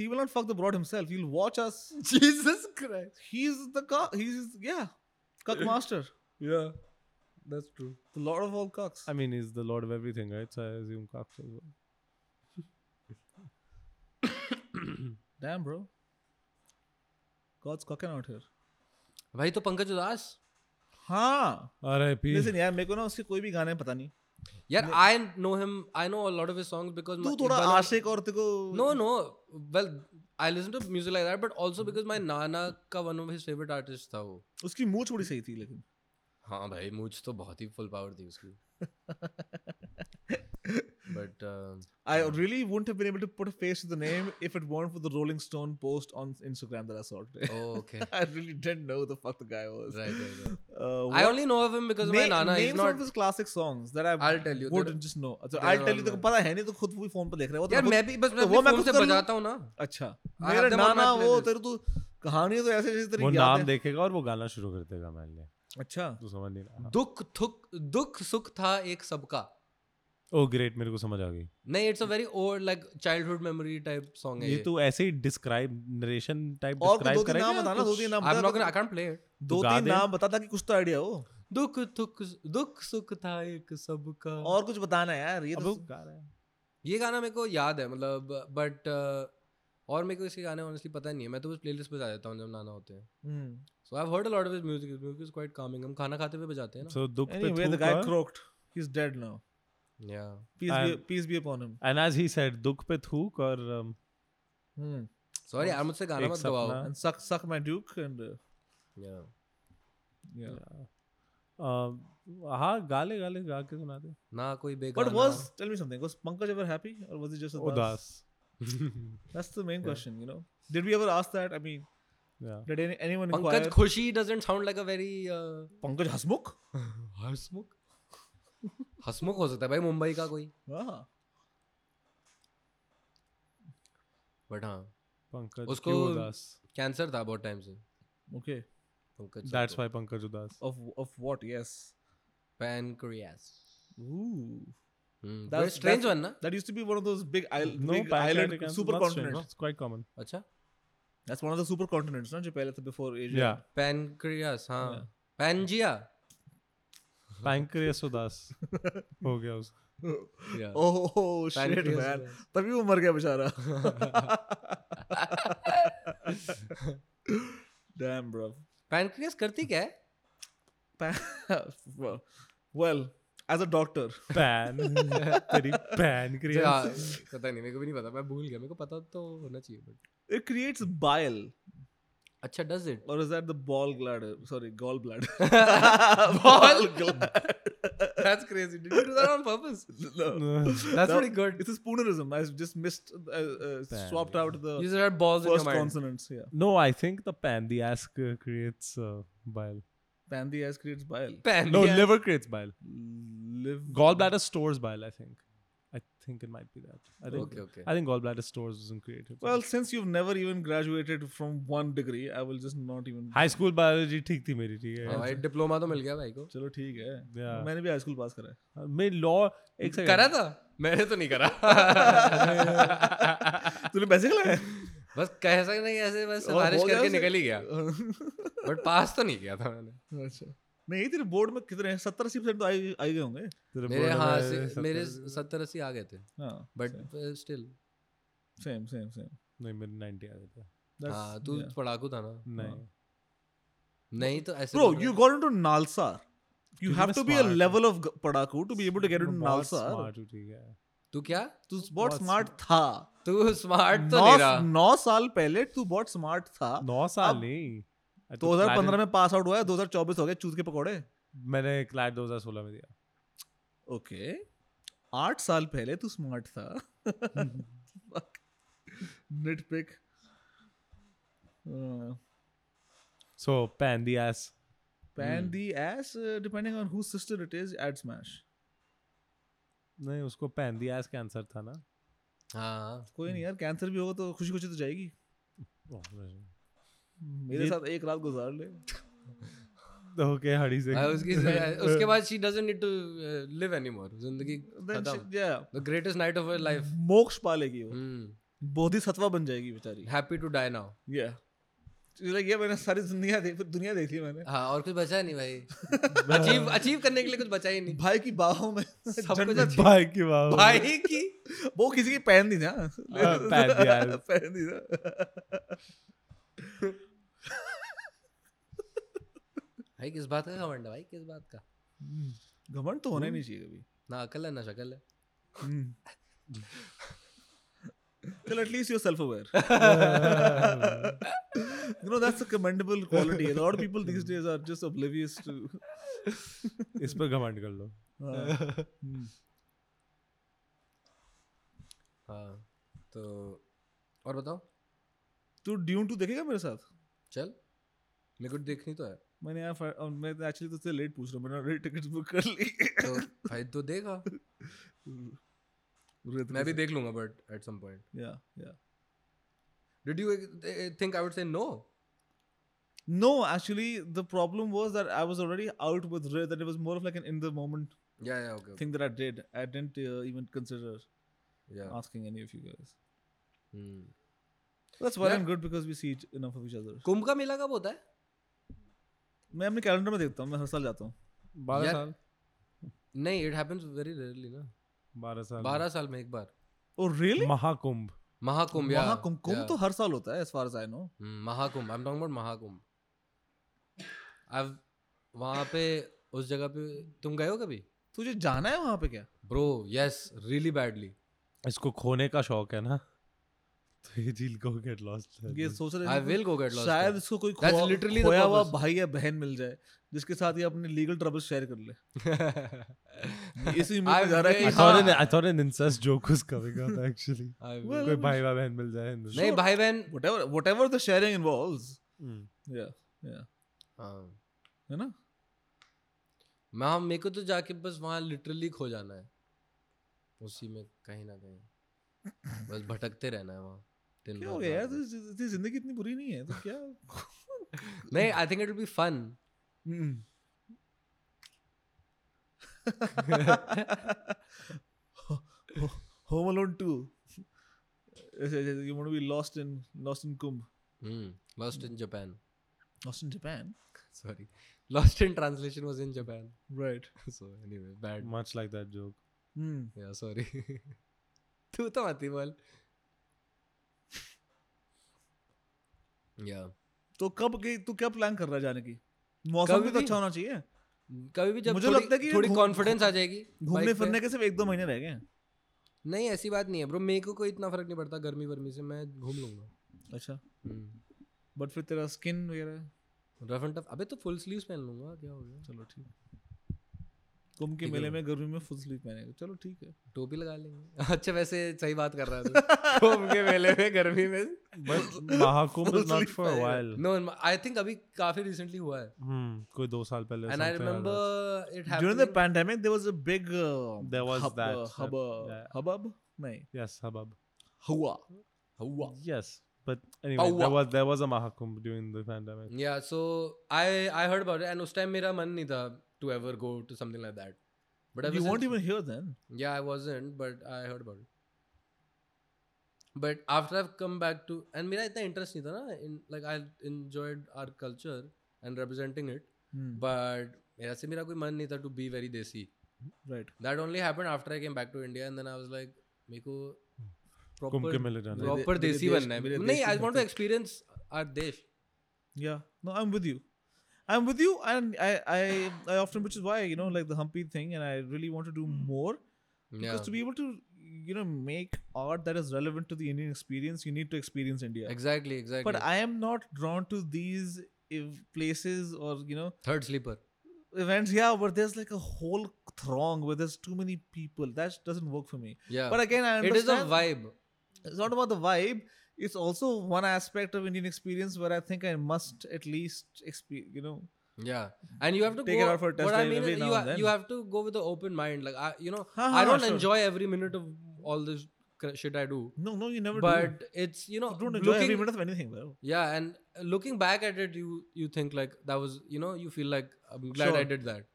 A: He will not fuck the broad himself. He'll watch us.
C: Jesus Christ.
A: He's the cuck. He's yeah, cuck master,
C: Yeah, that's true.
A: the lord of all cucks.
B: I mean, he's the lord of everything, right? So I assume cocks as well.
A: Damn, bro. God's cocking out here.
C: भाई तो पंकज उदास
A: हाँ.
C: Hmm.
B: R.I.P.
A: Listen यार मेरे को ना उसके कोई भी गाने पता नहीं.
C: यार I know him I know a lot of his songs because
A: तू थोड़ा आशिक और तेरे को
C: no no well I listen to music like that but also because my नाना का one of his favourite artist था वो
A: उसकी मूछ बड़ी सही थी लेकिन.
C: हाँ भाई मुझ तो बहुत ही फुल पावर थी उसकी but
A: I really wouldn't have been able to put a face to the name if it weren't for the Rolling Stone post on Instagram that I saw today.
C: Okay
A: I really didn't know who the fuck the guy was.
C: Right right
A: Uh,
C: I
A: what-
C: only know of him because my
A: name,
C: नाना is
A: names of
C: not
A: his classic songs that I
C: I'll tell you,
A: wouldn't
C: they're-
A: just know. So
C: they're
A: I'll tell
C: on
A: you तेरे को
C: my-
A: पता है नहीं तो खुद भी phone पर देख रहा है वो तो
C: यार
A: खुद-
C: मैं भी बस मैं
A: तो
C: अपने
A: वो मैं
C: फोन
A: खुद
C: से
A: कर लूं?
C: बजाता हूँ ना
A: अच्छा
C: have
A: मेरा
C: them on
A: नाना
C: my
A: वो
C: playlist.
A: तेरे तो कहानी तो ऐसे जैसे तेरी
B: वो
A: याद
B: नाम
A: है
B: देखेगा और वो गाना शुरू कर देगा हमारे लिए
A: अच्छा
B: तू समझ नहीं रहा
C: दुख थुक दुख सुख था एक सबका
B: ओ ग्रेट Oh, मेरे को समझ आ गई
C: नहीं it's a very old like childhood memory type song है
A: तो
B: ये तू ऐसे ही डिस्क्राइब नरेशन टाइप
A: और कोई
B: डिस्क्राइब
A: दो तीन नाम बता ना दो तीन नाम
C: आई एम नॉट
A: बता
C: आई कांट प्ले इट
A: दो
B: गा
A: तीन
B: दे।
A: नाम बता ताकि कुछ तो आइडिया हो
C: दुख थुक दुख सुख था एक सबका
A: और कुछ बताना है यार ये तो
C: ये गाना मेरे को याद है मतलब बट और मेरे को इसके गाने ऑनेस्टली पता नहीं है मैं तो बस प्लेलिस्ट बजा देता हूँ जब नाना होते हैं
A: Hmm.
C: So I have heard a lot of his music music is quite coming हम खाना खाते हुए बजाते हैं ना
B: सो दुख पे
A: Anyway, the
B: थूक
A: guy
B: और-
A: croaked. He's dead now.
C: Yeah.
A: Peace be,
B: I'm-
A: peace be upon him.
B: And as he said, दुख पे थूक और um,
A: Hmm.
C: Sorry, यार मुझसे गाना
B: एक
C: मत गवाओ.
B: सपना.
A: And suck, suck my duke, and uh,
C: Yeah.
A: yeah.
B: um, हाँ गाले गाले गा के सुना दे
C: ना कोई बेगाना.
A: But was tell me something. Was Pankaj ever happy, or was he just udas?
B: उदास
A: That's the main question. You know, did we ever ask that? I mean,
B: Yeah.
A: did any, anyone
C: Pankaj
A: inquire?
C: Khushi doesn't sound like a very uh,
A: Pankaj Hasmukh.
C: हसमुख हसमुख हो सकता है भाई मुंबई का कोई
A: Ah.
C: But हाँ
B: पंकज
C: उसको-
B: क्यों उदास
C: कैंसर था बहुत टाइम से
A: Okay.
C: पंकज
A: तो
B: दैट्स व्हाई पंकज उदास
A: Of of what? Yes.
C: तो। Pancreas
A: Ooh.
C: That
A: That's-
C: strange
A: that's-
C: one ना
A: That used to be one of those big, isle,
B: no
A: big island supercontinents.
B: It's quite common
C: अच्छा
A: That's one of the supercontinents, not Japan before Asia.
B: या
C: pancreas हाँ पैनजिया
B: pancreas उदास हो गया उस
A: Oh, oh shit,
C: Pancreas
A: man.
C: was-
A: तभी वो मर गया बेचारा. Damn, bro.
C: पैनक्रियास करती क्या है
A: Pa- well- well, as a doctor,
B: pan तेरी
C: हाँ,
B: पैंक्रियास
C: पता नहीं मेरे को भी नहीं पता मैं भूल गया मेरे को पता तो होना चाहिए बट
A: it creates bile,
C: अच्छा does it
A: or is that the ball bladder? Sorry, gallbladder.
C: Ball-
A: gallbladder.
C: That's crazy did you do that on purpose
A: No.
C: That's
A: No,
C: very good
A: It's a spoonerism. I just missed, uh, uh, swapped out the
C: you had balls in your
A: first
C: mind
A: consonants. Yeah,
B: no I think the pan the ask uh, creates uh, bile
A: Pandy as creates bile.
C: Pan
B: no liver creates bile
A: Live.
B: gallbladder stores bile i think i think it might be that i think
C: Okay, okay.
B: i think gallbladder stores isn't created
A: Well, since you've never even graduated from one degree, I will just not even.
B: High school biology ठीक थी मेरी ठीक
C: हाँ
B: है
C: भाई diploma तो मिल गया भाई को
A: चलो ठीक है
C: हाँ।
B: Yeah.
A: मैंने भी हाई स्कूल पास करा है
B: मैं लॉ एक second.
C: करा था मैंने तो नहीं करा
A: तूने पैसे खिलाए
C: बस कैसा नहीं ऐसे बस
A: और
C: बारिश
A: हो गया
C: करके
A: उसे?
C: निकल ही गया बट पास तो नहीं किया था मैंने
A: अच्छा नहीं तेरे बोर्ड में कितने सत्तर अस्सी परसेंट तो आए आए गए होंगे
B: तेरे
C: मेरे
B: board
C: हाँ
B: में
C: से-
B: सत्तर-
C: मेरे सत्तर अस्सी आ गए थे uh,
A: हाँ
C: but still
A: same same same
B: नहीं मेरे 90 आ गए थे
C: हाँ तू पढ़ाकू था ना
A: Hmm.
B: नहीं
C: नहीं तो ऐसे
A: ब्रो
C: तो
A: यू गॉट इनटू नालसा
B: क्योंकि
A: यू हैव
B: मैं
A: टू बी अ
B: smart हूँ।
A: लेवल ऑफ पढ़ाकू to be able to get
B: मैं
A: इनटू
B: बहुत
A: नालसा
B: smart हूँ, ठीक है
C: तू क्या
A: तू बहुत स्मार्ट था
C: तू स्मार्ट तो
A: नौ
C: नहीं रहा
A: नौ साल पहले तू बहुत स्मार्ट था
B: नौ साल
A: अब-
B: नहीं I took
A: 2015
C: तो
B: Claret-
A: में पास आउट हुआ है 2024 हो गया चूत के पकौड़े
B: मैंने क्लैट 2016 में दिया
A: ओके आठ साल पहले तू स्मार्ट था nitpick Uh,
B: so pan the S
A: pan the S depending on who sister it is at smash
B: नहीं उसको पैन दी एस कैंसर था ना
C: हाँ
A: कोई नहीं यार कैंसर भी होगा तो खुशी खुशी तो जाएगी
B: Oh, ओके
A: मेरे
B: ये-
A: साथ एक रात गुजार ले
B: हड़ी से
C: हाँ, उसकी उसके बाद she doesn't need to live anymore uh, जिंदगी
A: Hmm. Then
C: खत्म Hmm.
A: she- yeah,
C: the greatest night of her life
A: मोक्ष पा लेगी वो बोधिसत्वा बन जाएगी बेचारी
C: हैप्पी टू डाई नाउ
A: या लाइक ये मैंने सारी दुनिया देख दुनिया देख ली मैंने
C: हाँ और कुछ बचा नहीं भाई अचीव अचीव करने के लिए कुछ बचा ही नहीं
A: भाई की बाहों में
C: Hmm. सब कुछ
A: जन्नत-
B: भाई की वाह
C: भाई की
A: वो किसी की पहन दी ना
B: हाँ, पहन दी यार।
A: पहन दी ना
C: भाई किस बात का घमंड है भाई किस बात का
A: घमंड तो होना ही नहीं चाहिए कभी
C: ना अकल है ना शक्ल है
A: Well, hmm. at least you're self-aware. you know that's a commendable quality. A lot of people these days are just oblivious to.
B: इस पर घमंड कर लो
A: Uh,
C: हाँ तो और बताओ
A: तू ड्यून टू देखेगा मेरे साथ
C: चल मेरे को देखनी तो है
A: मैंने यार फर- और मैं एक्चुअली तुझसे लेट पूछ रहा हूँ मैंने ऑलरेडी टिकट्स बुक कर ली
C: तो भाई तो देखा मैं भी देख लूंगा but at some point
A: yeah yeah
C: did you think I would say no
A: no actually the problem was that I was already out with Rit that it was more of like an in the moment
C: yeah yeah okay
A: thing that I did I didn't even consider
C: yeah
A: uh, asking any of you guys
C: Hmm.
A: that's well
C: Yeah.
A: and good because we see each- enough of each other
C: Kumbh का मेला कब होता है
A: मैं अपने calendar में देखता हूँ मैं हर साल जाता हूँ
B: बारह
C: यार-
B: साल
C: नहीं इट हैपेंस वेरी रेयरली ना
B: बारह साल
C: बारह साल में एक बार
A: ओ रियली
B: महाकुंभ
C: महाकुंभ या
A: महाकुंभ कुंभ
C: yeah.
A: तो हर साल होता है as far as I know
C: hmm, Mahakumbh I am talking about Mahakumbh I वहां पे उस जगह पे तुम गए हो कभी
A: तुझे जाना है वहां पे क्या
C: bro yes really badly
B: इसको खोने का शौक है ना तो ये झील को गेट लॉस्ट
A: ये सोच रहे
C: i
A: हैं
C: will go get lost
A: शायद
C: there.
A: इसको कोई
C: That's
A: खोया
C: literally the
A: खोया हुआ
C: purpose.
A: भाई या बहन मिल जाए जिसके साथ ये अपने लीगल ट्रबल शेयर कर ले इसी उम्मीद में
C: I'm
A: जा रहा है
C: very
A: कि
B: I
C: हाँ।
B: thought an I thought an incest joke was coming out actually.
C: I will.
A: Well,
B: कोई भाई बहन मिल जाए in this.
C: नहीं
A: sure.
C: भाई बहन
A: whatever whatever the sharing involves
B: Hmm.
A: yeah yeah
C: हाँ,
A: है ना
C: मैं हाँ मेरे को तो जाके बस वहाँ लिटरली खो जाना है उसी में कहीं ना कहीं बस भटकते रहना है वहाँ दिन
A: क्या
C: भर
A: हो गया यार
C: रात भर।
A: तेरी जिंदगी इतनी बुरी नहीं है तो क्या
C: नहीं I think it will be fun
A: home alone two you want be lost in lost in Kumbh
C: hmm, lost in Japan
A: lost in Japan
C: sorry lost in translation was in Japan
A: right
C: so anyway bad
B: Much like that joke.
A: Hmm
C: yeah sorry तू तो आती बोल या
A: तो कब की तू क्या प्लान कर रहा है जाने की मौसम
C: कभी
A: भी तो
C: भी।
A: अच्छा होना चाहिए
C: कभी भी जब
A: मुझे
C: थोड़ी-
A: लगता है कि
C: थोड़ी
A: घूम-
C: कॉन्फिडेंस आ जाएगी
A: घूमने
C: bike पे।
A: फिरने के सिर्फ एक दो महीने रह गए हैं
C: नहीं ऐसी बात नहीं है ब्रो मेरे को कोई इतना फर्क नहीं पड़ता गर्मी वर्मी से मैं घूम लूंगा
A: अच्छा
C: हम्म।
A: बट फिर तेरा स्किन वगैरह
C: रफ एंड टफ अबे तो फुल स्लीव्स पहन लूंगा क्या हो गया
A: चलो ठीक है कुंभ के
C: ठीक है
A: मेले
C: भाई।
A: में गर्मी में फुल स्लीव पहनेगा चलो ठीक है
C: टोपी लगा लेंगे अच्छा वैसे सही बात कर रहा था घूम के मेले में गर्मी में
B: But Mahakumbh is not
A: Mostly
B: for a
A: fail.
B: while.
C: No I think अभी काफी रिसेंटली हुआ है
B: Hmm. कोई दो साल पहले.
C: And I
B: something like
C: remember it
A: during the
C: happened
A: pandemic there was a big uh,
B: There was
A: hub,
B: that,
A: uh,
B: that-
A: hub, uh,
B: yeah.
A: hubbub nahi
B: that. Yes, hubbub.
A: hua
C: हुआ
B: Yes, but anyway,
A: Oh,
B: there
C: Awa.
B: was there was a Mahakumbh during the pandemic.
C: Yeah so I I heard about it and उस time मेरा मन नहीं था to ever go to something like that but
A: you weren't even here then
C: Yeah, I wasn't, but I heard about it. But after I've come back to and मेरा इतना interest नहीं था ना in like I enjoyed our culture and representing it,
A: Hmm,
C: but मेरा से मेरा कोई मन नहीं था to be very desi.
A: right
C: That only happened after I came back to India and then I was like मेरे को
B: कुंभ के
C: proper
B: मेले जाना है.
A: Well,
C: proper
A: मेरे
C: desi
A: देश-
C: बनना है.
A: मेरे
C: नहीं
A: देश
C: I
A: की
C: want to
A: धरती।
C: experience our देश.
A: yeah no i'm with you i'm with you and i i i often which is why you know like the humpy thing and i really want to do more because to
C: Hmm. Yeah.
A: be able to you know make art that is relevant to the indian experience you need to experience india
C: Exactly, exactly.
A: but i am not drawn to these if places or you know
C: Third sleeper.
A: events yeah where there's like a whole throng where there's too many people that doesn't work for me
C: Yeah.
A: but again i
C: it is
A: understand
C: a vibe.
A: it's not about the vibe it's also one aspect of indian experience where i think i must at least experience you know
C: Yeah, and you have to
A: Take
C: go,
A: it out for a test
C: What I
A: drive
C: mean
A: every
C: is,
A: now
C: you
A: and
C: ha-
A: then.
C: you have to go with an open mind. Like I, you know,
A: Ha, ha,
C: I don't
A: sure.
C: enjoy every minute of all this cr- shit I do,
A: no no you never do.
C: but it's you know,
A: You don't enjoy every
C: looking
A: minute of anything though
C: yeah, and looking back at it, you you think like that was you know you feel like I'm glad I
A: Sure.
C: did that.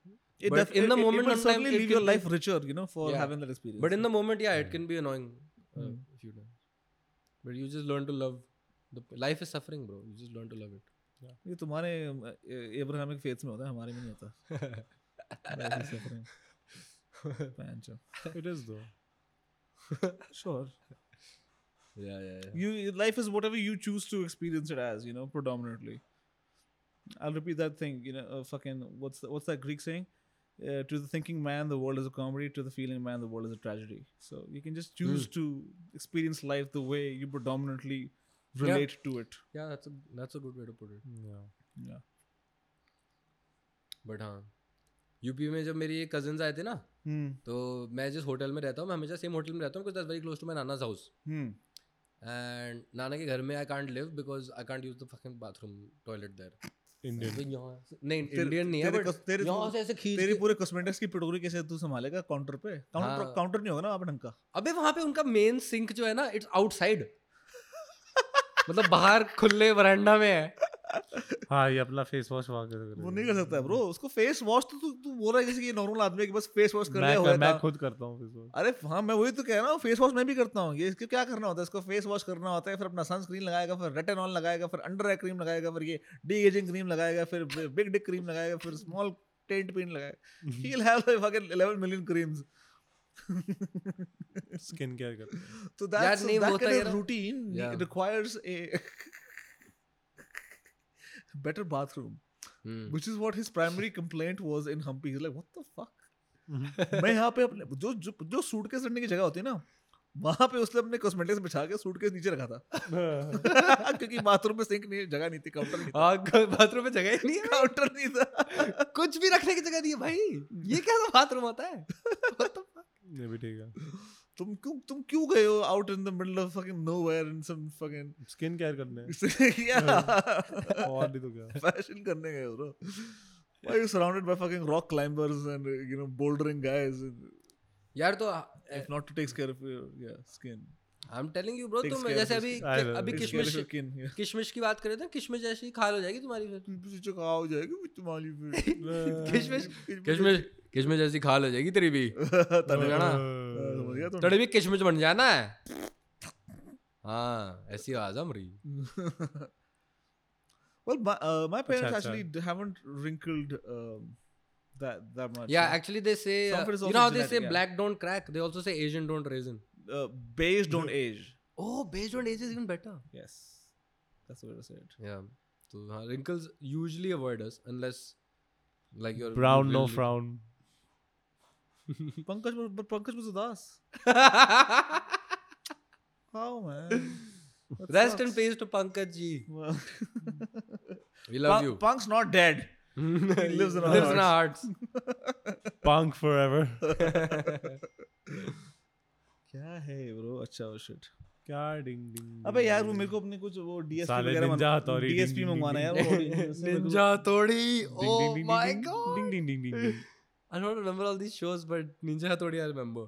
A: it
C: But
A: def-
C: in the
A: it- it- it
C: moment
A: will
C: sometimes
A: certainly
C: it
A: leave
C: can
A: your
C: be-
A: life richer you know for
C: Yeah.
A: having that experience
C: But in the moment, yeah, it can be annoying uh,
A: Mm.
C: a few times. But you just learn to love. The life is suffering, bro. You just learn to love it.
A: ये तुम्हारे Abrahamic faiths में होता है हमारे में नहीं होता पैंचो
B: It is though.
A: sure
C: Yeah, yeah, yeah.
A: you life is whatever you choose to experience it as you know predominantly i'll repeat that thing you know uh, fucking what's the, what's that greek saying uh, to the thinking man the world is a comedy to the feeling man the world is a tragedy so you can just choose to experience life the way you predominantly relate to it
C: Yeah, that's a that's a good way to put it.
B: Yeah.
A: yeah
C: but हाँ UP में जब मेरी cousins आए थे ना
A: hmm.
C: तो मैं जिस होटल में रहता हूँ मैं हमेशा सेम होटल में रहता हूँ because that very close to my नानाज हाउस
A: Hmm.
C: एंड नाना के घर में I can't live because I can't use the fucking bathroom toilet there
B: Indian.
C: यहाँ से- नहीं
A: तेरे-
C: इंडियन नहीं है
A: तेरे
C: but
A: कस- तेरे-
C: यहाँ से ऐसे खींच
A: तेरी
C: के-
A: पूरे कॉस्मेटिक्स की पिटोरी कैसे तू संभालेगा काउंटर पे काउंटर
C: हाँ।
A: काउंटर नहीं होगा ना वहाँ पे ढंग का
C: अबे वहाँ पे उनका मेन सिंक जो है ना इट्स आउटसाइड मतलब बाहर खुले वरांडा में है
B: हाँ ये अपना फेस वॉश वहाँ कर
A: वो नहीं कर सकता ब्रो उसको फेस वॉश तो तू तू बोल रहा है जैसे कि नॉर्मल आदमी के बस फेस वॉश कर लिया
B: मैं
A: हुआ
B: कर, मैं
A: था
B: खुद करता हूँ फेस वॉश
A: अरे हाँ मैं वही तो कह रहा हूँ फेस वॉश मैं भी करता हूँ ये इसको क्या करना होता है इसको फेस वॉश करना होता है फिर अपना सनस्क्रीन लगाएगा फिर रेटेनॉल लगाएगा फिर अंडर आई क्रीम लगाएगा फिर ये डी एजिंग क्रीम लगाएगा फिर बिग डिक क्रीम लगाएगा फिर स्मॉल टेंट पेन
C: Hmm.
A: लगाएगा ही will have fucking 11 million creams
B: skin care करता हूँ
A: तो दैट्स
C: नहीं,
A: दैट
C: होता
A: काइंड
C: ये ना-
A: of routine
C: Yeah.
A: Requires a better bathroom
C: Hmm.
A: Hmm. which is what his primary complaint was in humpy he's like what the fuck मैं यहाँ पे अपने जो जो, जो सूटकेस रखने की जगह होती है ना वहां पे उसने अपने कॉस्मेटिक्स बिछा के सूटकेस नीचे रखा था क्योंकि बाथरूम में सिंक नहीं जगह नहीं थी काउंटर नहीं था
C: बाथरूम हम्म। में जगह ही नहीं है
A: काउंटर नहीं था
C: कुछ भी रखने की जगह नहीं है भाई ये कैसा बाथरूम होता है What the fuck?
B: ये भी ठीक है
A: तुम क्यों तुम क्यों गए हो out in the middle of fucking nowhere in some fucking
B: skin care करने
A: yeah
B: और नहीं तो क्या
A: fashion करने गए हो bro. why are you surrounded by fucking rock climbers and uh, you know bouldering guys and
C: यार तो
A: if not to take care of your yeah skin
C: I am telling you bro
A: Takes
C: तुम
A: care of
C: जैसे
A: his
C: अभी
B: skin. I don't
C: अभी
A: Takes
B: know.
A: care of
C: किशमिश
A: your skin yeah
C: किशमिश की बात करें तो किशमिश जैसी ही खाल हो जाएगी तुम्हारी फिर
A: तुझे चका हो जाएगी वो तुम्हारी फिर
C: किशमिश किशमिश किशमिश जैसी खाल हो जाएगी तेरी भी
A: तने
C: जाना।
A: हाँ, समझ गया
C: तेरे भी किशमिश बन जाना है हाँ ऐसी आवाज है मेरी
A: तुम well my, uh, my parents
B: अच्छा।
A: actually d- haven't wrinkled um, that that much
C: Yeah, actually they say
A: Some
C: uh,
A: of it is
C: you
A: also
C: know how they
A: genetic,
C: say
A: yeah.
C: black don't crack. They also say Asian don't raisin.
A: uh, beige don't age
C: Oh, based on age is even better.
A: yes that's the way to say it
C: Yeah. So हाँ, wrinkles usually avoid us unless like you're
B: brown no
C: really-
B: frown
A: Pankaj was- but Pankaj was udas how man That
C: Rest in
A: sucks.
C: peace to Pankaj ji.
A: Well,
C: We love
A: Punk-
C: you.
A: Punk's not dead.
C: he
A: lives in our
C: lives in our hearts.
B: punk forever
A: क्या है bro अच्छा वो shit
B: क्या ding ding
A: अबे यार वो मेरे को अपने कुछ वो DSP
B: साले
A: वगैरह
B: ninja
A: मंगवा-
B: हथौड़ी,
A: DSP
B: ding, ding,
A: मंगवाना है यार वो मेरे को-
C: Ninja Hathodi.
B: Ding, ding,
C: Oh
B: ding,
C: my
B: ding, ding.
C: god.
B: ding ding ding ding ding
C: I don't remember all these shows, but Ninja Hathodi I remember.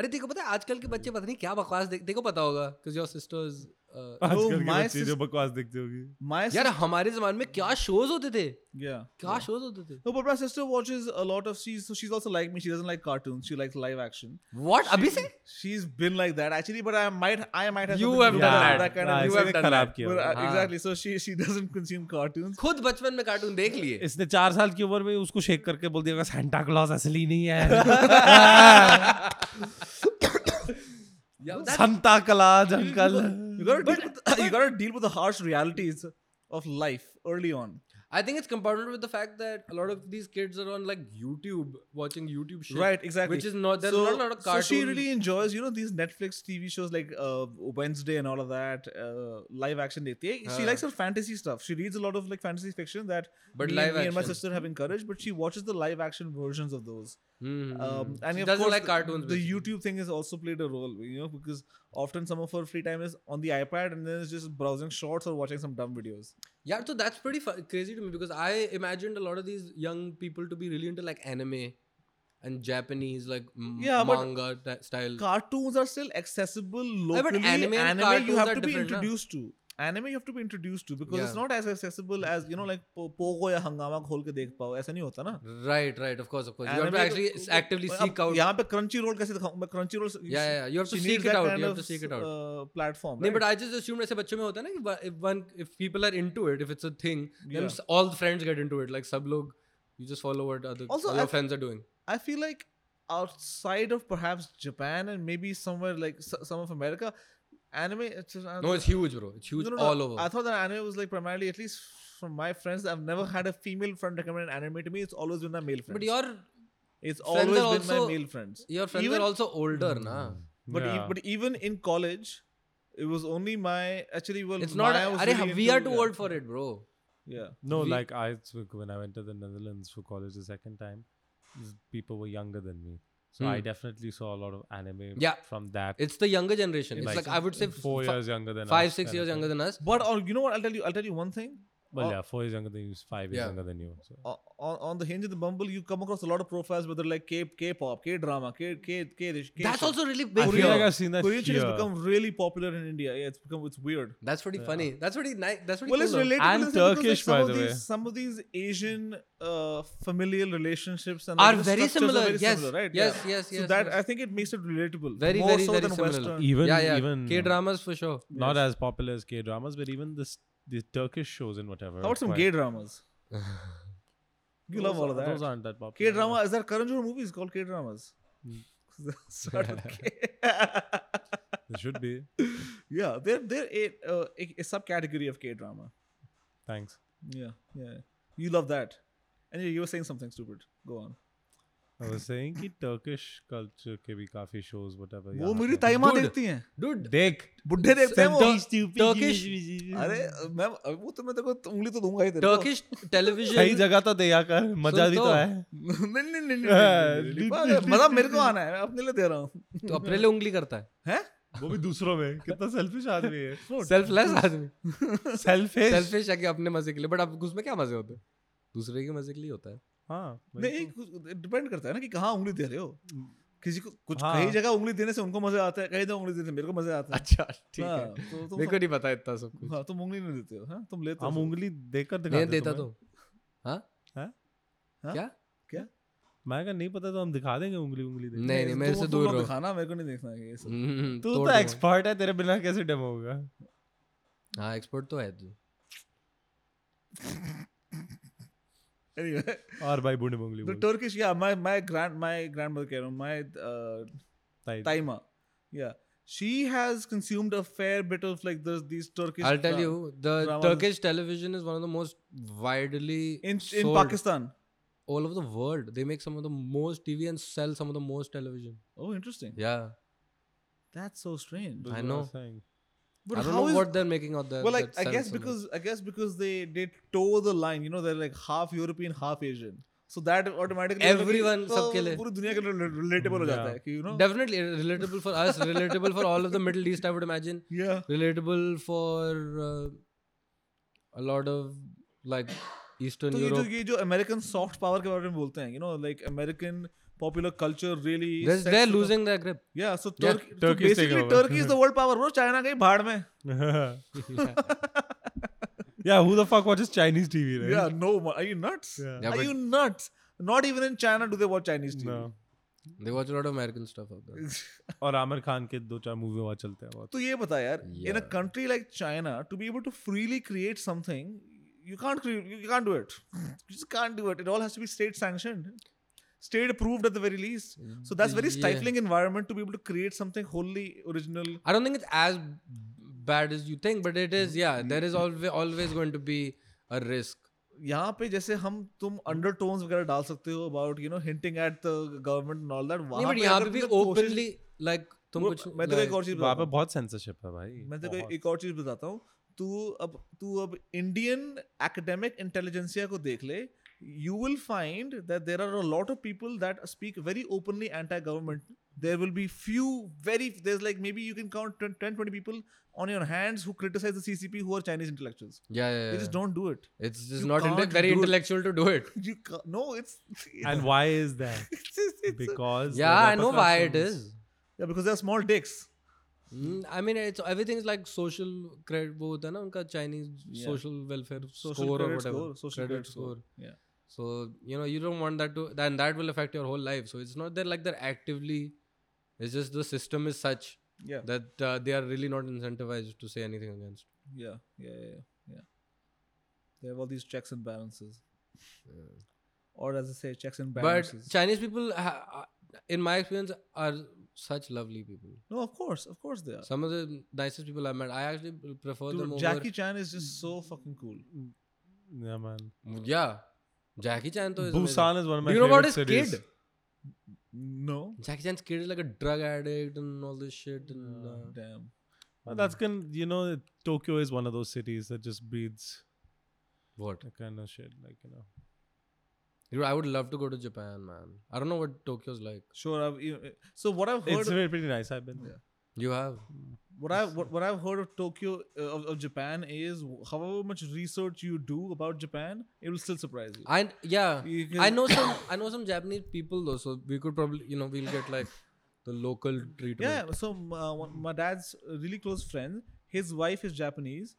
C: अरे देखो पता है आजकल के बच्चे पता नहीं क्या बकवास देख देखो पता होगा बिकॉज योर सिस्टर्स
B: आजकल की
A: Oh my
B: बच्ची जो
A: sis-
B: बकवास देखती होगी
A: My
C: uh, यार हाँ।
A: sister,
C: हमारे जमाने में क्या शोज होते थे
A: yeah.
C: क्या
A: yeah.
C: शोज होते थे
A: No, but my sister watches a lot of she's so she's also like me. She doesn't like cartoons. She likes live action.
C: What अभी से
A: She's been like that actually, but I might I might have
C: You
A: something to
C: have
A: do
C: done
A: with
C: that.
A: kind
B: हाँ,
A: of
C: You
B: इसने
C: have done
B: खराब
C: that.
B: किया
A: But, uh,
B: होगा।
C: हाँ.
A: exactly. So she she doesn't consume cartoons.
C: खुद बचपन में cartoon देख लिए
B: इसने चार साल की उम्र में उसको शेक करके बोल दिया सेंटा क्लॉज असली नहीं है
C: Yeah, that-
B: Santa Claus uncle
A: You gotta deal with the, you gotta deal with the harsh realities of life early on.
C: I think it's compounded with the fact that a lot of these kids are on like YouTube, watching YouTube shit.
A: Right, exactly.
C: Which is not there's
A: so,
C: not a lot of
A: so
C: cartoons.
A: she really enjoys, you know, these Netflix TV shows like uh, Wednesday and all of that, uh, live action. देखती है. She
C: हाँ.
A: likes her fantasy stuff. She reads a lot of like fantasy fiction that
C: But
A: me,
C: live
A: me and my
C: action.
A: sister have encouraged, but she watches the live action versions of those.
C: Mhm.
A: Um, and
C: she
A: of
C: doesn't
A: course,
C: like
A: the-
C: cartoons.
A: The
C: basically.
A: YouTube thing has also played a role, you know, because often some of her free time is on the iPad and then it's just browsing shorts or watching some dumb videos.
C: Yeah, so that's pretty fu- crazy to me because I imagined a lot of these young people to be really into like anime and Japanese like m-
A: Yeah, but-
C: manga ta- style.
A: Cartoons are still accessible locally.
C: Hmm. anime
A: anime,
C: and
A: you
C: cartoons
A: have
C: are
A: to be
C: different, na?
A: introduced to. Anime you have to be introduced to because it's
C: Yeah.
A: not as accessible as you know like po- Pogo या हंगामा खोल के देख पाओ ऐसा नहीं होता ना
C: right, right, of course, of course. You have to
A: Anime
C: actually
A: को-
C: s- actively
A: अब
C: seek out. Yeah,
A: यहाँ पे क्रंची रोल कैसे दिखाऊं मैं Crunchyroll
C: yeah, yeah. You have to seek it out. You have to seek it
A: uh,
C: out.
A: Platform
C: नहीं but I just assumed ऐसे बच्चों में होता है ना कि वा- if one if people are into it if it's a thing then
A: Yeah.
C: s- all the friends get into it like सब लोग you just follow what other
A: Also,
C: all your
A: I-
C: friends are doing
A: I feel like outside of perhaps Japan and maybe somewhere like s- some of America, anime. It's, uh,
C: no it's huge bro it's huge all over
A: I thought that anime was like primarily, at least from my friends, I've never had a female friend recommend anime to me. It's always been my male friends.
C: but your
A: it's
C: friends
A: always
C: are
A: been my
C: also-
A: male friends.
C: your friends
A: Even- Hmm.
C: are also older na
A: But e-
B: Yeah.
A: but even in college, it was only my actually well.
C: it's not
A: Maya was
C: अरे
A: really
C: we
A: into-
C: are too
A: yeah,
C: old for it bro
A: Yeah.
B: No,
C: We-
B: like I took when I went to the Netherlands for college the second time, s- people were younger than me, so I
C: Hmm.
B: definitely saw a lot of anime.
C: Yeah.
B: from that.
C: it's the younger generation it's
B: Like,
C: like I would say
B: four
C: fi-
B: years younger than
C: five
B: us,
C: six
B: kind
C: years
B: of
C: younger
B: thing.
C: than us
A: But or you know what? I'll tell you. I'll tell you one thing.
B: Well,
A: Oh.
B: yeah, four years younger than you, is five years
C: Yeah.
B: younger than you. So.
A: O- on, on the hinge of the bumble you come across a lot of profiles whether like k k-pop k-drama k k k this k
C: that's also really
B: I
C: big
B: feel like
C: here
B: I've seen that
A: korean shit has
B: here.
A: become really popular in india yeah it's become it's weird
C: that's pretty funny that's pretty nice that's pretty
A: well it's
C: cool though.
A: related
B: And
A: to this because, like,
B: Turkish,
A: some
B: by
A: of
B: the
A: these
B: way.
A: some of these asian uh, familial relationships and
C: Are
A: all the
C: very
A: structures
C: similar.
A: are very
C: Yes,
A: similar, right
C: yes,
A: yeah.
C: yes,
A: so
C: yes,
A: that
C: yes.
A: i think it makes it relatable
C: Very,
A: more
C: very,
A: so
C: very
A: than
C: similar.
A: western
B: even
C: yeah yeah
B: even
C: K dramas for sure
B: not as popular as K dramas, but even this the Turkish shows and whatever.
A: how about some gay dramas you love all of that
B: Those aren't that popular.
A: K drama is there current genre movies called K dramas? Start with K.
B: There should be.
A: yeah, they're they're a, uh, a, a subcategory of K drama.
B: Thanks.
A: Yeah, yeah. You love that. Anyway, you were saying something stupid. Go on.
B: I was saying कि Turkish culture के भी काफी shows whatever
A: वो
B: यहाँ
A: मेरी
B: पे-
A: ताइमा
C: Dude.
A: देखती हैं
C: dude.
B: देख
A: बुढ़े देखते हैं वो
C: Turkish,
A: अरे मैं वो तो मैं तेरे को उंगली तो दूंगा ही तेरे को।
C: Turkish television.
B: सही जगह तो दे याकर मजा भी तो
C: तो।
B: है
A: नहीं नहीं नहीं, नहीं,
B: हाँ,
A: नहीं, नहीं, नहीं मजा मेरे को आना है मैं अपने लिए दे रहा हूँ
C: तो अपने लिए उंगली करता है.
B: वो भी दूसरों में कितना सेल्फिश आदमी है
C: Selfless आदमी.
B: सेल्फिश
C: Selfish है कि अपने मजे के लिए. But अब उसमें क्या मजे होते हैं? दूसरे के मजे के लिए होता है.
B: हाँ
A: नहीं
C: तो।
A: डिपेंड करता है ना कि कहाँ उंगली दे रहे हो
C: हम्म।
A: किसी को कुछ
B: हाँ।
A: कई जगह उंगली देने से उनको मजा आता है कहीं जगह उंगली देने से मेरे को मजा आता है
C: अच्छा ठीक
A: हाँ,
C: है.
A: तो तुम
C: मेरे को नहीं पता इतना सब कुछ.
A: हाँ तुम उंगली नहीं देते हो हाँ तुम लेते
B: हम
A: हो
B: उंगली देकर
C: नहीं
B: दिखाते
C: देता तो.
B: तुम्हें।
C: हाँ?
B: हाँ?
C: क्या?
B: मैं कहा नहीं पता तो हम दिखा देंगे उंगली उंगली देख
C: नहीं नहीं मेरे
A: तुम-
C: से
A: तो तुम
C: दूर
A: लोग
C: रहो.
A: दिखाना मेरे को नहीं देखना है ये सब।
C: हम्म,
B: तू
C: तोड़
B: तो
C: दूंगा.
B: एक्सपर्ट है तेरे बिना कैसे डेमो होगा
C: हाँ एक्सपर्ट तो है तू.
A: Anyway,
B: और भाई बूढ़े उंगली
A: the Turkish, yeah, my my grand my grandmother, you know, my uh,
B: बोल
A: Taima, yeah, she has consumed a fair bit of like this these Turkish. uh,
C: I'll tell
A: dra-
C: you, the
A: dramas.
C: Turkish television is one of the most widely
A: in in
C: sold
A: Pakistan.
C: all over the world. They make some of the most TV and sell some of the most television.
A: Oh, interesting.
C: Yeah,
A: That's so strange.
B: तो
C: I know.
A: But
C: I don't
A: how
C: know
A: is-
C: what they're making out there.
A: well, like
C: that
A: I
C: sells
A: guess
C: so much.
A: because I guess because they they toe the line. You know, they're like half European, half Asian. So that automatically
C: Everyone,
A: तो
C: सबके लिए।
A: पूरी दुनिया के लिए rel- relatable हो जाता
B: Yeah.
A: है कि you know
C: definitely relatable for us, relatable for all of the Middle East. I would imagine
A: yeah
C: relatable for uh, a lot of like Eastern
A: तो ये जो
C: Europe.
A: ये जो अमेरिकन सॉफ्ट पावर के बारे में बोलते हैं you know like American popular culture really
C: They're, they're losing their grip.
A: या so
C: Yeah,
A: Turkey
B: Turkey's
A: basically
B: taken over.
A: Turkey is the world power bro China गई भाड़ में
B: yeah, who the fuck watches Chinese TV, right?
A: या no are you nuts
B: Yeah.
C: Yeah,
A: are
C: but-
A: you nuts not even in China do they watch Chinese
B: No.
A: TV
C: They watch a lot of American stuff out there.
B: और आमिर खान के दो चार movie वहाँ चलते हैं बहुत
A: तो ये बता यार in a
C: Yeah.
A: Country like China to be able to freely create something you can't create you can't do it you just can't do it it all has to be state sanctioned state approved at the very least so that's very
C: Yeah.
A: stifling environment to be able to create something wholly original
C: I don't think it's as bad as you think, but it
A: Mm-hmm.
C: is. Yeah, there is always always going to be a risk.
A: यहाँ पे जैसे हम तुम undertones वगैरह डाल सकते हो about you know hinting at the government and all that
C: नहीं बट यहाँ पे भी ओपनली लाइक तुम कुछ
A: मैं तेरे को एक
C: like-
A: और चीज
B: वहाँ पे
A: बताता
B: बहुत सेंसरशिप है भाई
A: हूँ मैं तेरे को
B: बहुत।
A: एक और चीज बताता हूँ तू अब तू अब इंडियन एकेडमिक इंटेलिजेंसिया को देख ले you will find that there are a lot of people that speak very openly anti government there will be few very there like maybe you can count ten twenty people on your hands who criticise the C C P who are Chinese intellectuals
C: Yeah, yeah,
A: they
C: yeah.
A: Just don't do it
C: It's just
A: You
C: not inte-
A: can't
C: very
A: do it.
C: intellectual to do it.
A: you ca- no it's
B: And why is that?
A: it's, it's, it's a-
B: Because the
C: Yeah, I know why it
B: repercussions-
C: is.
A: Yeah, because they're small dicks.
C: Mm, I mean, it's everything is like social credit. वो होता है ना उनका Chinese
A: Yeah.
C: social welfare
A: Social
C: score or
A: credit
C: whatever
A: score, social credit score. Yeah.
C: So you know you don't want that to then that will affect your whole life. So it's not that like they're actively. It's just the system is such
A: Yeah.
C: that uh, they are really not incentivized to say anything against.
A: Yeah. Yeah. Yeah. yeah, Yeah. They have all these checks and balances. Or as I say, checks and
C: But
A: balances.
C: Chinese people, ha- are- in my experience, are such lovely people.
A: no, of course. Of course they are.
C: Some of the nicest people I've met. I actually prefer
A: Dude,
C: them over.
A: Jackie Chan is just so fucking cool.
B: Yeah, man.
C: Yeah, Jackie Chan. To is amazing.
B: Busan is one of my
C: Do you know about
B: favorite
C: his
B: cities.
C: kid?
A: No.
C: Jackie Chan's kid is like a drug addict and all this shit. And,
A: Oh,
C: uh,
A: damn.
B: Well, that's can you know Tokyo is one of those cities that just breeds
C: what?
B: that kind of shit. Like you know,
C: Dude, I would love to go to Japan, man. I don't know what Tokyo's like.
A: Sure. I've, you- so what I've heard,
B: it's very pretty nice. I've been. there.
C: You have.
A: what I what, what I've heard of Tokyo uh, of, of Japan is, however much research you do about Japan, it will still surprise you.
C: I yeah.
A: You
C: I
A: can-
C: know some. I know some Japanese people though, so we could probably you know we'll get like the local treatment.
A: Yeah, so m- uh, one- my dad's really close friend, his wife is Japanese,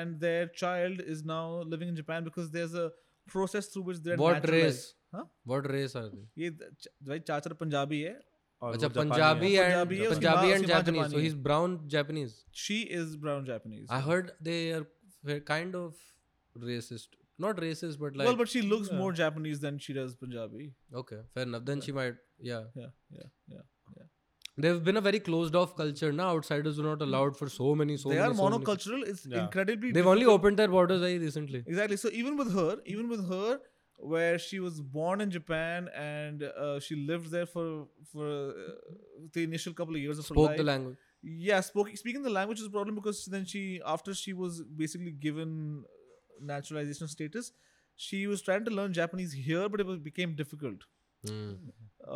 A: and their child is now living in Japan because there's a process through which they're
C: What
A: naturalized.
C: race?
A: Huh?
C: What race are they?
A: ये च- भाई चाचर पंजाबी है.
B: और
C: अच्छा
B: Oh, वो जापानी
C: Punjabi
B: है।
C: and
A: Punjabi है, उसके
C: Punjabi
A: बाद-
C: and
A: उसके बाद
C: Japanese. So
A: Japani है।
C: he's brown Japanese.
A: She is brown Japanese.
C: I heard they are fa- kind of racist. Not racist, but like
A: well, but she looks more Japanese than she does Punjabi.
C: okay, fair enough. Then she might yeah.
A: Yeah, yeah, yeah.
C: They've been a very closed off culture now. Outsiders were not allowed for so many, so
A: they
C: many,
A: are
C: so many-
A: monocultural. It's
B: Yeah.
A: incredibly.
C: They've only opened their borders very eh, recently.
A: Exactly. So even with her, even with her, where she was born in Japan and uh, she lived there for for uh, the initial couple of years of her
C: Spoke
A: life.
C: the language.
A: yeah, spoke, speaking the language is a problem because then she after she was basically given uh, naturalization status, she was trying to learn Japanese here, but it was, became difficult.
C: Hmm.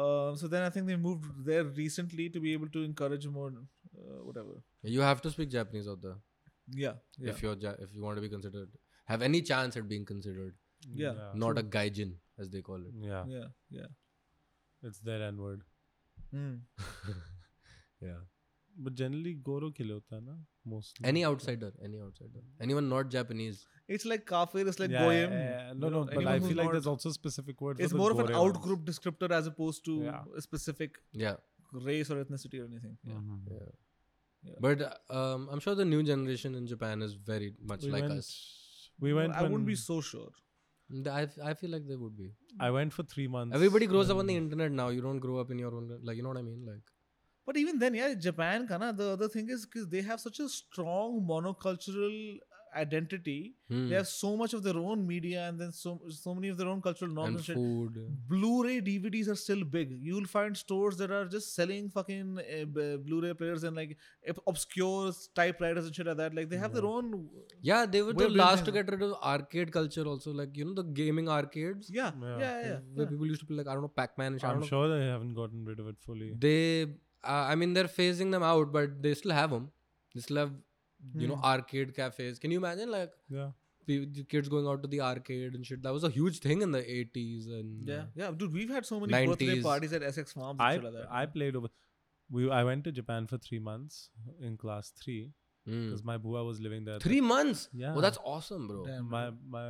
A: Um, so then I think they moved there recently to be able to encourage more, uh, whatever.
C: You have to speak Japanese out there
A: Yeah, yeah.
C: if you're ja- if you want to be considered have any chance at being considered
A: Yeah.
C: not a gaijin as they call it.
B: yeah.
A: yeah, yeah.
B: It's that N word.
A: Mm.
C: Yeah.
B: But generally, Goro ke liye hota hai na mostly.
C: Any outsider, any outsider, anyone not Japanese.
A: It's like kafir, it's like
B: yeah,
A: goyim.
B: yeah, yeah.
A: you know,
B: No, no. But
A: anyone
B: I
A: who's
B: feel like
A: not-
B: there's also a specific word. for
A: It's
B: the
A: more of an
B: Gore ones.
A: outgroup descriptor as opposed to
B: Yeah.
A: a specific
C: Yeah.
A: race or ethnicity or anything. Yeah.
B: Mhm.
C: Yeah.
A: Yeah.
C: But uh, um, I'm sure the new generation in Japan is very much
B: We
C: like
B: went.
C: us.
B: We went.
A: I wouldn't
B: when-
A: be so sure.
C: The- I, f- I feel like they would be.
B: I went for three months.
C: Mm.
B: Mm.
C: Everybody grows up on the
B: when-
C: internet now. You don't grow up in your own. Like you know what I mean? Like
A: But even then, yeah, Japan, kana, the other thing is 'cause they have such a strong monocultural uh, identity.
C: hmm.
A: They have so much of their own media and then so so many of their own cultural norms and,
C: and
A: shit.
C: food.
A: Blu-ray DVDs are still big. You'll find stores that are just selling fucking uh, b- Blu-ray players and like ob- obscure typewriters and shit like that. Like they have their own.
C: Yeah, they were
A: Way
C: the
A: of doing
C: last to
A: things.
C: get rid of arcade culture. Also, like you know the gaming arcades
A: Yeah, yeah,
B: Yeah.
A: yeah. yeah,
C: where people used to play like I don't know Pac-Man and shit. I
B: I'm
C: don't know.
B: sure they haven't gotten rid of it fully.
C: They, uh, I mean, they're phasing them out, but they still have them. They still have you
A: Hmm.
C: know arcade cafes. Can you imagine like
B: Hmm. Yeah.
C: pe- the kids going out to the arcade and shit? That was a huge thing in the 80s and
A: Yeah, yeah, dude, we've had so many birthday
C: 90s.
A: parties at Essex Farms. And
B: I
A: shit like that.
B: I played over. We I went to Japan for three months in class three
C: Mm.
B: because my bua was living there.
C: Three months.
B: Yeah.
C: Oh, that's awesome, bro.
A: Damn,
B: my my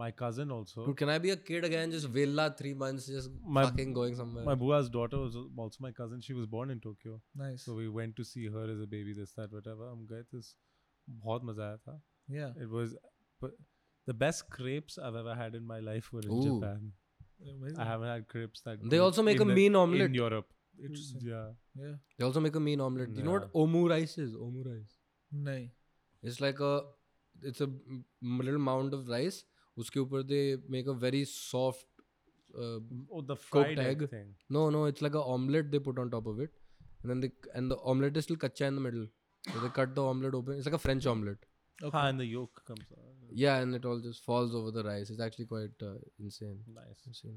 B: my cousin also.
C: Dude, can I be a kid again? Just villa three months, just
B: My-
C: fucking going somewhere.
B: My bua's daughter was al- also my cousin. She was born in Tokyo,
A: nice.
B: so we went to see her as a baby. This that whatever. हम गए थे बहुत मजा आया था.
A: yeah,
B: It was but the best crepes I've ever had in my life were in
C: Ooh.
B: Japan.
A: amazing.
B: I haven't had crepes that.
C: They
B: good
C: also
B: in
C: make a
B: the-
C: mean
B: in
C: omelette.
B: Europe.
A: Interesting.
B: Yeah.
A: Yeah,
C: They also make a mean omelette. You know what omu rice is? Omu rice.
A: nay.
C: It's like a, it's a m- little mound of rice. उसके ऊपर they make a very soft. Uh,
B: Oh, the fried egg,
C: egg.
B: thing.
C: no, no, it's like a omelette they put on top of it, and then they and the omelette is still kacha in the middle. So they cut the omelette open. It's like a French omelette.
A: Okay.
B: Ah, and the yolk comes. out.
C: Yeah, and it all just falls over the rice. It's actually quite uh, insane.
B: Nice.
C: Insane.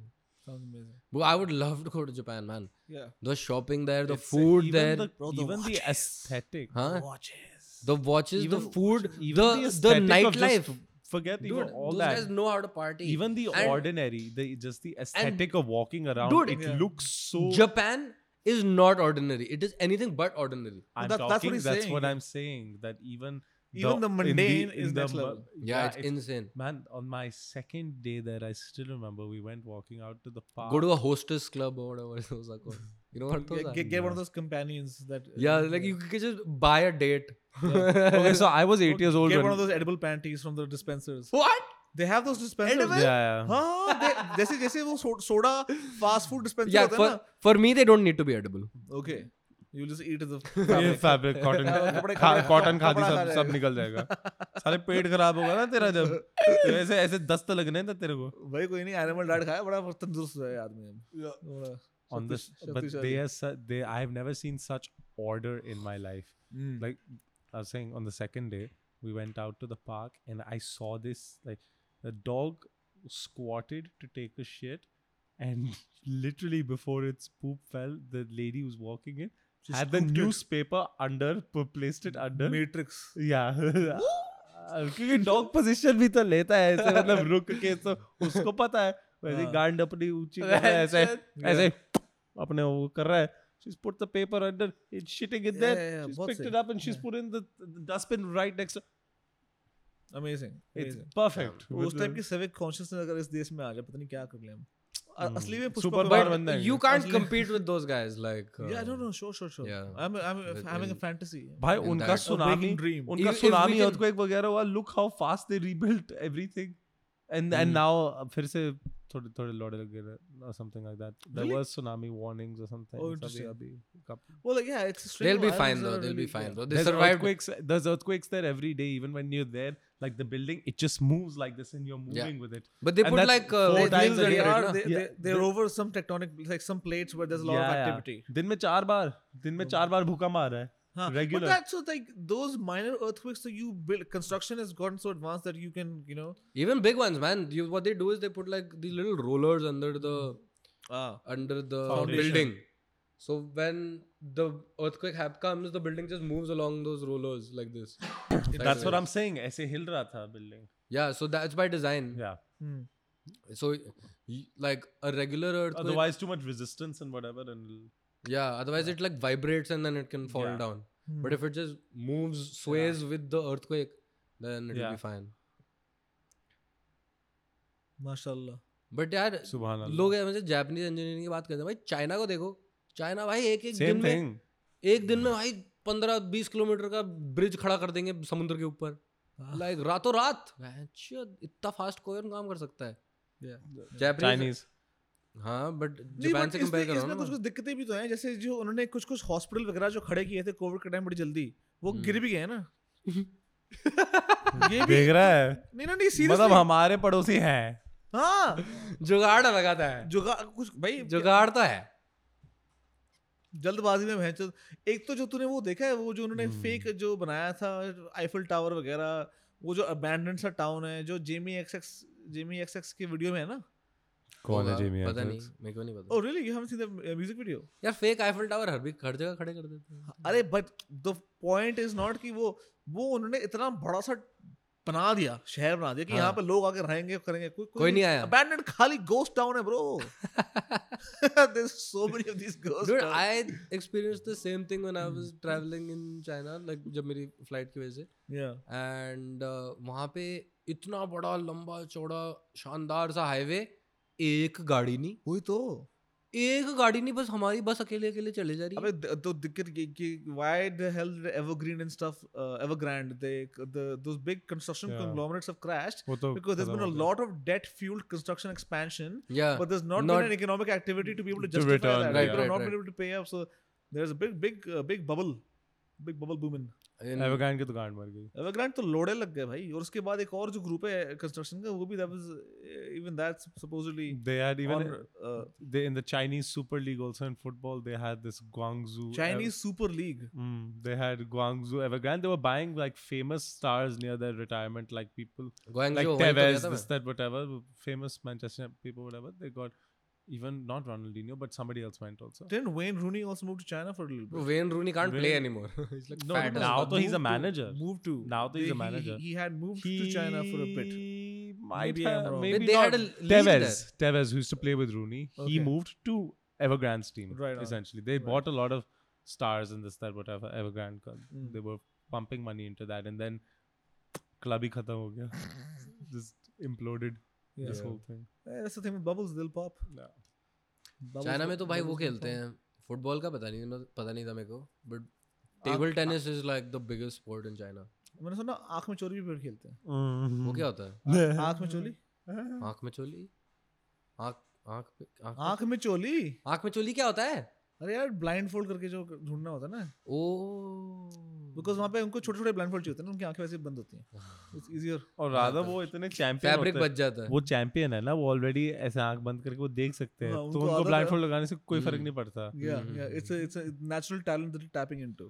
A: Sounds amazing.
C: Bro, I would love to go to Japan, man.
A: Yeah.
C: The shopping there, the
B: It's-
C: food
B: even
C: there,
B: the,
A: Bro, the
B: even the
A: watches.
B: aesthetic,
C: huh?
A: Watches.
C: The watches, the
B: Even-
C: food,
B: even
C: the
B: the
C: the,
B: aesthetic of
C: nightlife.
B: just forget
C: Dude,
B: even all
C: those guys
B: that.
C: know how to party.
B: Even the
C: And
B: ordinary, the just the aesthetic of walking around.
C: Dude,
B: it
A: Yeah.
B: looks so.
C: Japan is not ordinary. It is anything but ordinary.
B: I'm
A: That- that's
B: talking.
A: what
B: That's
A: he's
B: what,
A: saying.
B: I'm saying. That even
A: Even the
B: in
A: mundane
B: in
A: is next
B: mu-
A: level.
C: Yeah, it's, insane.
B: Man, on my second day there, I still remember we went walking out to the park.
C: Go to a hostess club or whatever those are called. You know
B: तो
C: what those
A: Get,
C: are?
A: get, get one of those companions that.
C: yeah, like you could just buy a date.
B: okay, so I was eight years old.
A: Get
B: when-
A: one of those edible panties from the dispensers.
C: what?
A: They have those dispensers.
C: Edible?
B: yeah, yeah.
A: हाँ they- जैसे जैसे वो सो- soda fast food dispenser
C: Yeah,
A: होता है
C: for, for me they don't need to be edible.
A: ना okay you just eat the
B: ये fabric
A: हाँ, कपड़े-
B: कॉटन
A: कपड़ा-
B: कॉटन खादी
A: कपड़ा खा
B: सब
A: जाएगा।
B: सब निकल जाएगा सारे पेट खराब होगा ना तेरा जब तो ऐसे ऐसे दस्त लगने ना तेरे को
A: भाई कोई नहीं एनिमल डाइट खाया बड़ा तंदुरुस्त है आदमी अब। बड़ा
B: on this
A: शक्ति-
B: but they
A: शक्तिशाली।
B: are su- they i have never seen such order in my life
A: Hmm.
B: like i was saying on the second day we went out to the park and i saw this like the dog squatted to take a shit and literally before its poop fell the lady who was walking it
A: She
B: had the
A: scooped it.
B: newspaper under p- placed it under
A: Matrix.
B: या क्योंकि dog position भी तो लेता है ऐसे मतलब रुक के तो उसको पता है वैसे
A: हाँ।
B: गांड अपनी ऊंची कर रहा है ऐसे ऐसे अपने वो कर रहा है she's put the paper under it's shitting it there
A: Yeah, yeah, yeah,
B: she's
A: बहुत
B: picked
A: सही,
B: it up and she's
A: yeah.
B: put in the, the dustbin right next to
A: Amazing.
B: it's
A: amazing.
B: perfect
A: वो उस type की civic consciousness अगर इस देश में आ जाए पता नहीं क्या कर ले हम अ-
B: Hmm.
A: असली में
B: Super
A: पुष्पा
B: Power
C: But
B: बंदा है
C: you
B: ये।
C: can't
A: Actually-
C: compete with those guys. Like uh,
A: Yeah, no, no, sure, sure, sure.
C: Yeah.
A: I'm, I'm
C: With-
A: having a
C: in-
A: fantasy.
B: भाई
C: And
B: उनका
C: that's
A: a waking
B: tsunami
A: dream.
B: उनका
C: If- if we
B: tsunami
C: can-
B: earthquake वगैरह हुआ look how fast they rebuilt everything and
C: Hmm.
B: and now uh, फिर से थोड़े थोड़े लौटे लग गए थे or something like that. There
A: Really?
B: was tsunami warnings or something.
A: Oh,
B: so
A: interesting.
B: अभी- अभी काफी-
A: Well, like, yeah, it's a string
C: They'll
A: of
C: be
A: islands
C: fine
A: that
C: though.
A: are
C: They'll
A: really-
C: be fine
A: yeah.
C: though. They
B: there's
C: survived.
B: earthquakes. There's earthquakes there every day. Even when you're there, like the building, it just moves like this, and you're moving with it.
C: But they
B: And
C: put
B: that's
C: like uh,
B: four
A: They,
C: they-
B: times
C: they
A: they
B: a day,
A: are,
C: are-
A: they,
B: Yeah.
A: they, they're over some tectonic, like some plates where there's a lot
B: Yeah,
A: of
B: yeah.
A: activity.
B: दिन में चार बार दिन
C: Hmm.
B: में चार बार भूकंप आ रहा है
A: Huh.
B: Regular.
A: But that's so like those minor earthquakes. So you build construction has gotten so advanced that you can you know
C: Even big ones, man. You, what they do is they put like these little rollers under the
A: ah
C: under the
B: Foundation.
C: building. So when the earthquake hap comes, the building just moves along those rollers like this.
B: That's what I'm saying. ऐसे हिल रहा था building.
C: Yeah, so that's by design.
B: Yeah.
A: hmm.
C: So y- like a regular earthquake.
B: Otherwise, too much resistance and whatever, and it'll-
C: yeah, otherwise it like vibrates and then it can fall
B: Yeah.
C: down.
A: Hmm.
C: But if it just moves, sways with the earthquake, then it'll
B: Yeah.
C: be fine.
A: mashallah.
C: But यार
B: Subhanallah.
C: लोग यार मुझे Japanese engineering की बात करते हैं भाई China को देखो चाइना भाई एक एक दिन
B: same
C: में
B: thing.
C: एक दिन में भाई पंद्रह बीस किलोमीटर का ब्रिज खड़ा कर देंगे समुद्र के ऊपर
A: Ah.
C: लाइक रातों रात अच्छा, इतना फास्ट कोई और काम कर सकता है
A: Yeah.
C: Japanese
B: Chinese.
C: हाँ बट
A: नहीं,
C: जापान
A: but
C: से कंपेयर
A: इसमें
C: करो
A: इसमें
C: ना
A: कुछ कुछ दिक्कतें भी तो हैं जैसे जो उन्होंने कुछ कुछ हॉस्पिटल वगैरह जो खड़े किए थे कोविड के टाइम बड़ी जल्दी वो गिर
C: हम्म।
A: भी गए हैं ना ये भी
B: देख रहा है
A: नहीं ना नहीं
B: मतलब
A: सीरियसली
B: हमारे पड़ोसी हैं
A: हाँ
C: जुगाड़ लगाता है
A: जुगाड़ कुछ भाई
C: जुगाड़ तो है
A: जल्दबाजी में भैंस एक तो जो तूने वो देखा है वो जो उन्होंने
B: हम्म।
A: फेक जो बनाया था आईफिल टावर वगैरह वो जो अबैंडन सा टाउन है जो Jamie X X Jamie X X की वीडियो में है ना Oh,
B: कौन है
C: होगा,
B: जेमी
C: पता नहीं
B: एंड्रक्स?
C: मेरे को नहीं
A: ओ
C: पता
A: really you haven't seen the music video
C: यार फेक आईफल टावर हर भी हर जगह खड़े कर देते हैं
A: हाँ, अरे but the point is not कि वो वो उन्होंने इतना बड़ा सा बना दिया शहर बना दिया कि
C: हाँ।
A: यहाँ पे लोग आके रहेंगे करेंगे कोई
C: कोई नहीं आया।
A: अबैंडन खाली गोस्ट टाउन है bro there so many of these ghost
C: Dude, I experienced the same thing when I was traveling in China, like जब मेरी flight की वजह से
A: या
C: एंड uh, वहाँ पे इतना बड़ा लंबा चौड़ा शानदार सा हाईवे एक गाड़ी नहीं
A: वही तो
C: एक गाड़ी नहीं बस हमारी बस अकेले अकेले चले जा रही
A: अबे
C: है
A: द- तो दिक्कत ये कि why the hell Evergreen and stuff Evergrande they the those big construction
B: Yeah.
A: conglomerates have crashed
B: वो तो
A: because there's
B: खत्म
A: been a
B: हो गया।
A: lot of debt fueled construction expansion
C: या
A: but there's not,
C: Not-
A: been an economic activity to be able to
B: To
A: justify
B: return,
A: that.
C: Right,
A: People
C: right,
A: have not
C: right.
A: been able to pay up. So there's a big, big, uh, big bubble, big bubble booming.
B: Evergrande की दुकान मर गई
A: Evergrande तो लोड़े लग गए भाई और उसके बाद एक और जो ग्रुप है कंस्ट्रक्शन का वो भी that was uh, even that supposedly
B: they had even
A: on, uh,
B: they in the Chinese Super League also in football they had this Guangzhou
A: Chinese Super League.
B: Ev- mm, they had Guangzhou Evergrande. They were buying like famous stars near their retirement, like people like
C: तो
A: तो
B: Tevez, this, that, whatever, famous Manchester United people, whatever. They got even not Ronaldinho, but somebody else went also.
A: Didn't Wayne Rooney also move to China for a little bit?
C: Wayne Rooney can't play
B: Wayne-
C: anymore it's like
B: No,
C: fat
B: but now
A: But
B: though he's a
A: moved to-
B: manager.
A: Moved to
B: Now though he's
A: They- he-
B: a manager.
A: He, he had moved to China for a bit.
B: He might
A: Maybe I'm
B: have,
A: wrong.
B: maybe
C: They
B: not.
C: had a league there.
B: Tevez, Tevez, who used to play with Rooney, he
A: Okay.
B: moved to Evergrande's team.
A: Right on.
B: Essentially, they
A: Right.
B: bought a lot of stars and this that whatever Evergrande. Ka,
A: Mm.
B: They were pumping money into that, and then club hi khatam ho gaya. just imploded
A: Yeah.
B: this whole thing.
A: Eh, that's the thing with bubbles, they'll pop.
B: Yeah.
A: Bubbles
C: China में
A: will-
C: तो भाई वो
A: bubbles will
C: खेलते
A: pop.
C: हैं football का पता नहीं ना- पता नहीं था मेरे को बट
A: आ-
C: table tennis is like the biggest sport in China
A: मैंने सुना आंख में चोरी भी फिर खेलते हैं Mm-hmm.
C: वो क्या होता है
A: आंख में चोली
C: आंख में चोली आंख आंख पे आंख में-
A: आंख में चोली
C: आंख में चोली क्या होता है
A: अरे यार ब्लाइंड फोल्ड करके जो ढूंढना होता है ना
C: ओ
A: बिकॉज वहां पे उनको छोटे छोटे ब्लाइंड फोल्ड चाहिए होते हैं ना उनकी आंखें वैसे ही बंद होती हैं इट्स इजियर
B: और राधा वो इतने चैंपियन
C: फैब्रिक
B: होते हैं
C: बच जाता है
B: वो चैंपियन है ना वो ऑलरेडी ऐसे आंख बंद करके वो देख सकते हैं
A: हाँ,
B: तो
A: उनको
B: उनको
A: आदत है।
B: ब्लाइंड फोल्ड लगाने से कोई फर्क
A: Hmm.
C: हम्म।
B: नहीं पड़ता
A: या
C: हम्म,
A: या
C: हम्म,
A: it's it's a natural talent that tapping into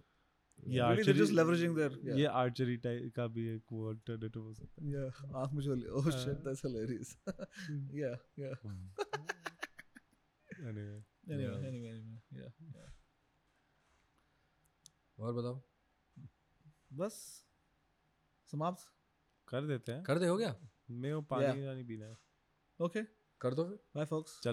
B: ये
A: really they're just
B: archery-
A: leveraging their
B: ये
A: yeah
B: आर्चरी टाइप का भी एक वो अल्टरनेटिव हो सकता
A: yeah आंख में चोली oh
B: हाँ।
A: shit that's hilarious yeah yeah
B: है anyway
A: anyway
C: Yeah.
A: anyway anyway yeah
C: और बताओ
A: बस समाप्त
B: कर देते हैं
C: कर दे हो गया
B: मेरे को पानी वानी पीना है
A: okay
C: कर दो फिर
A: bye folks
B: चलो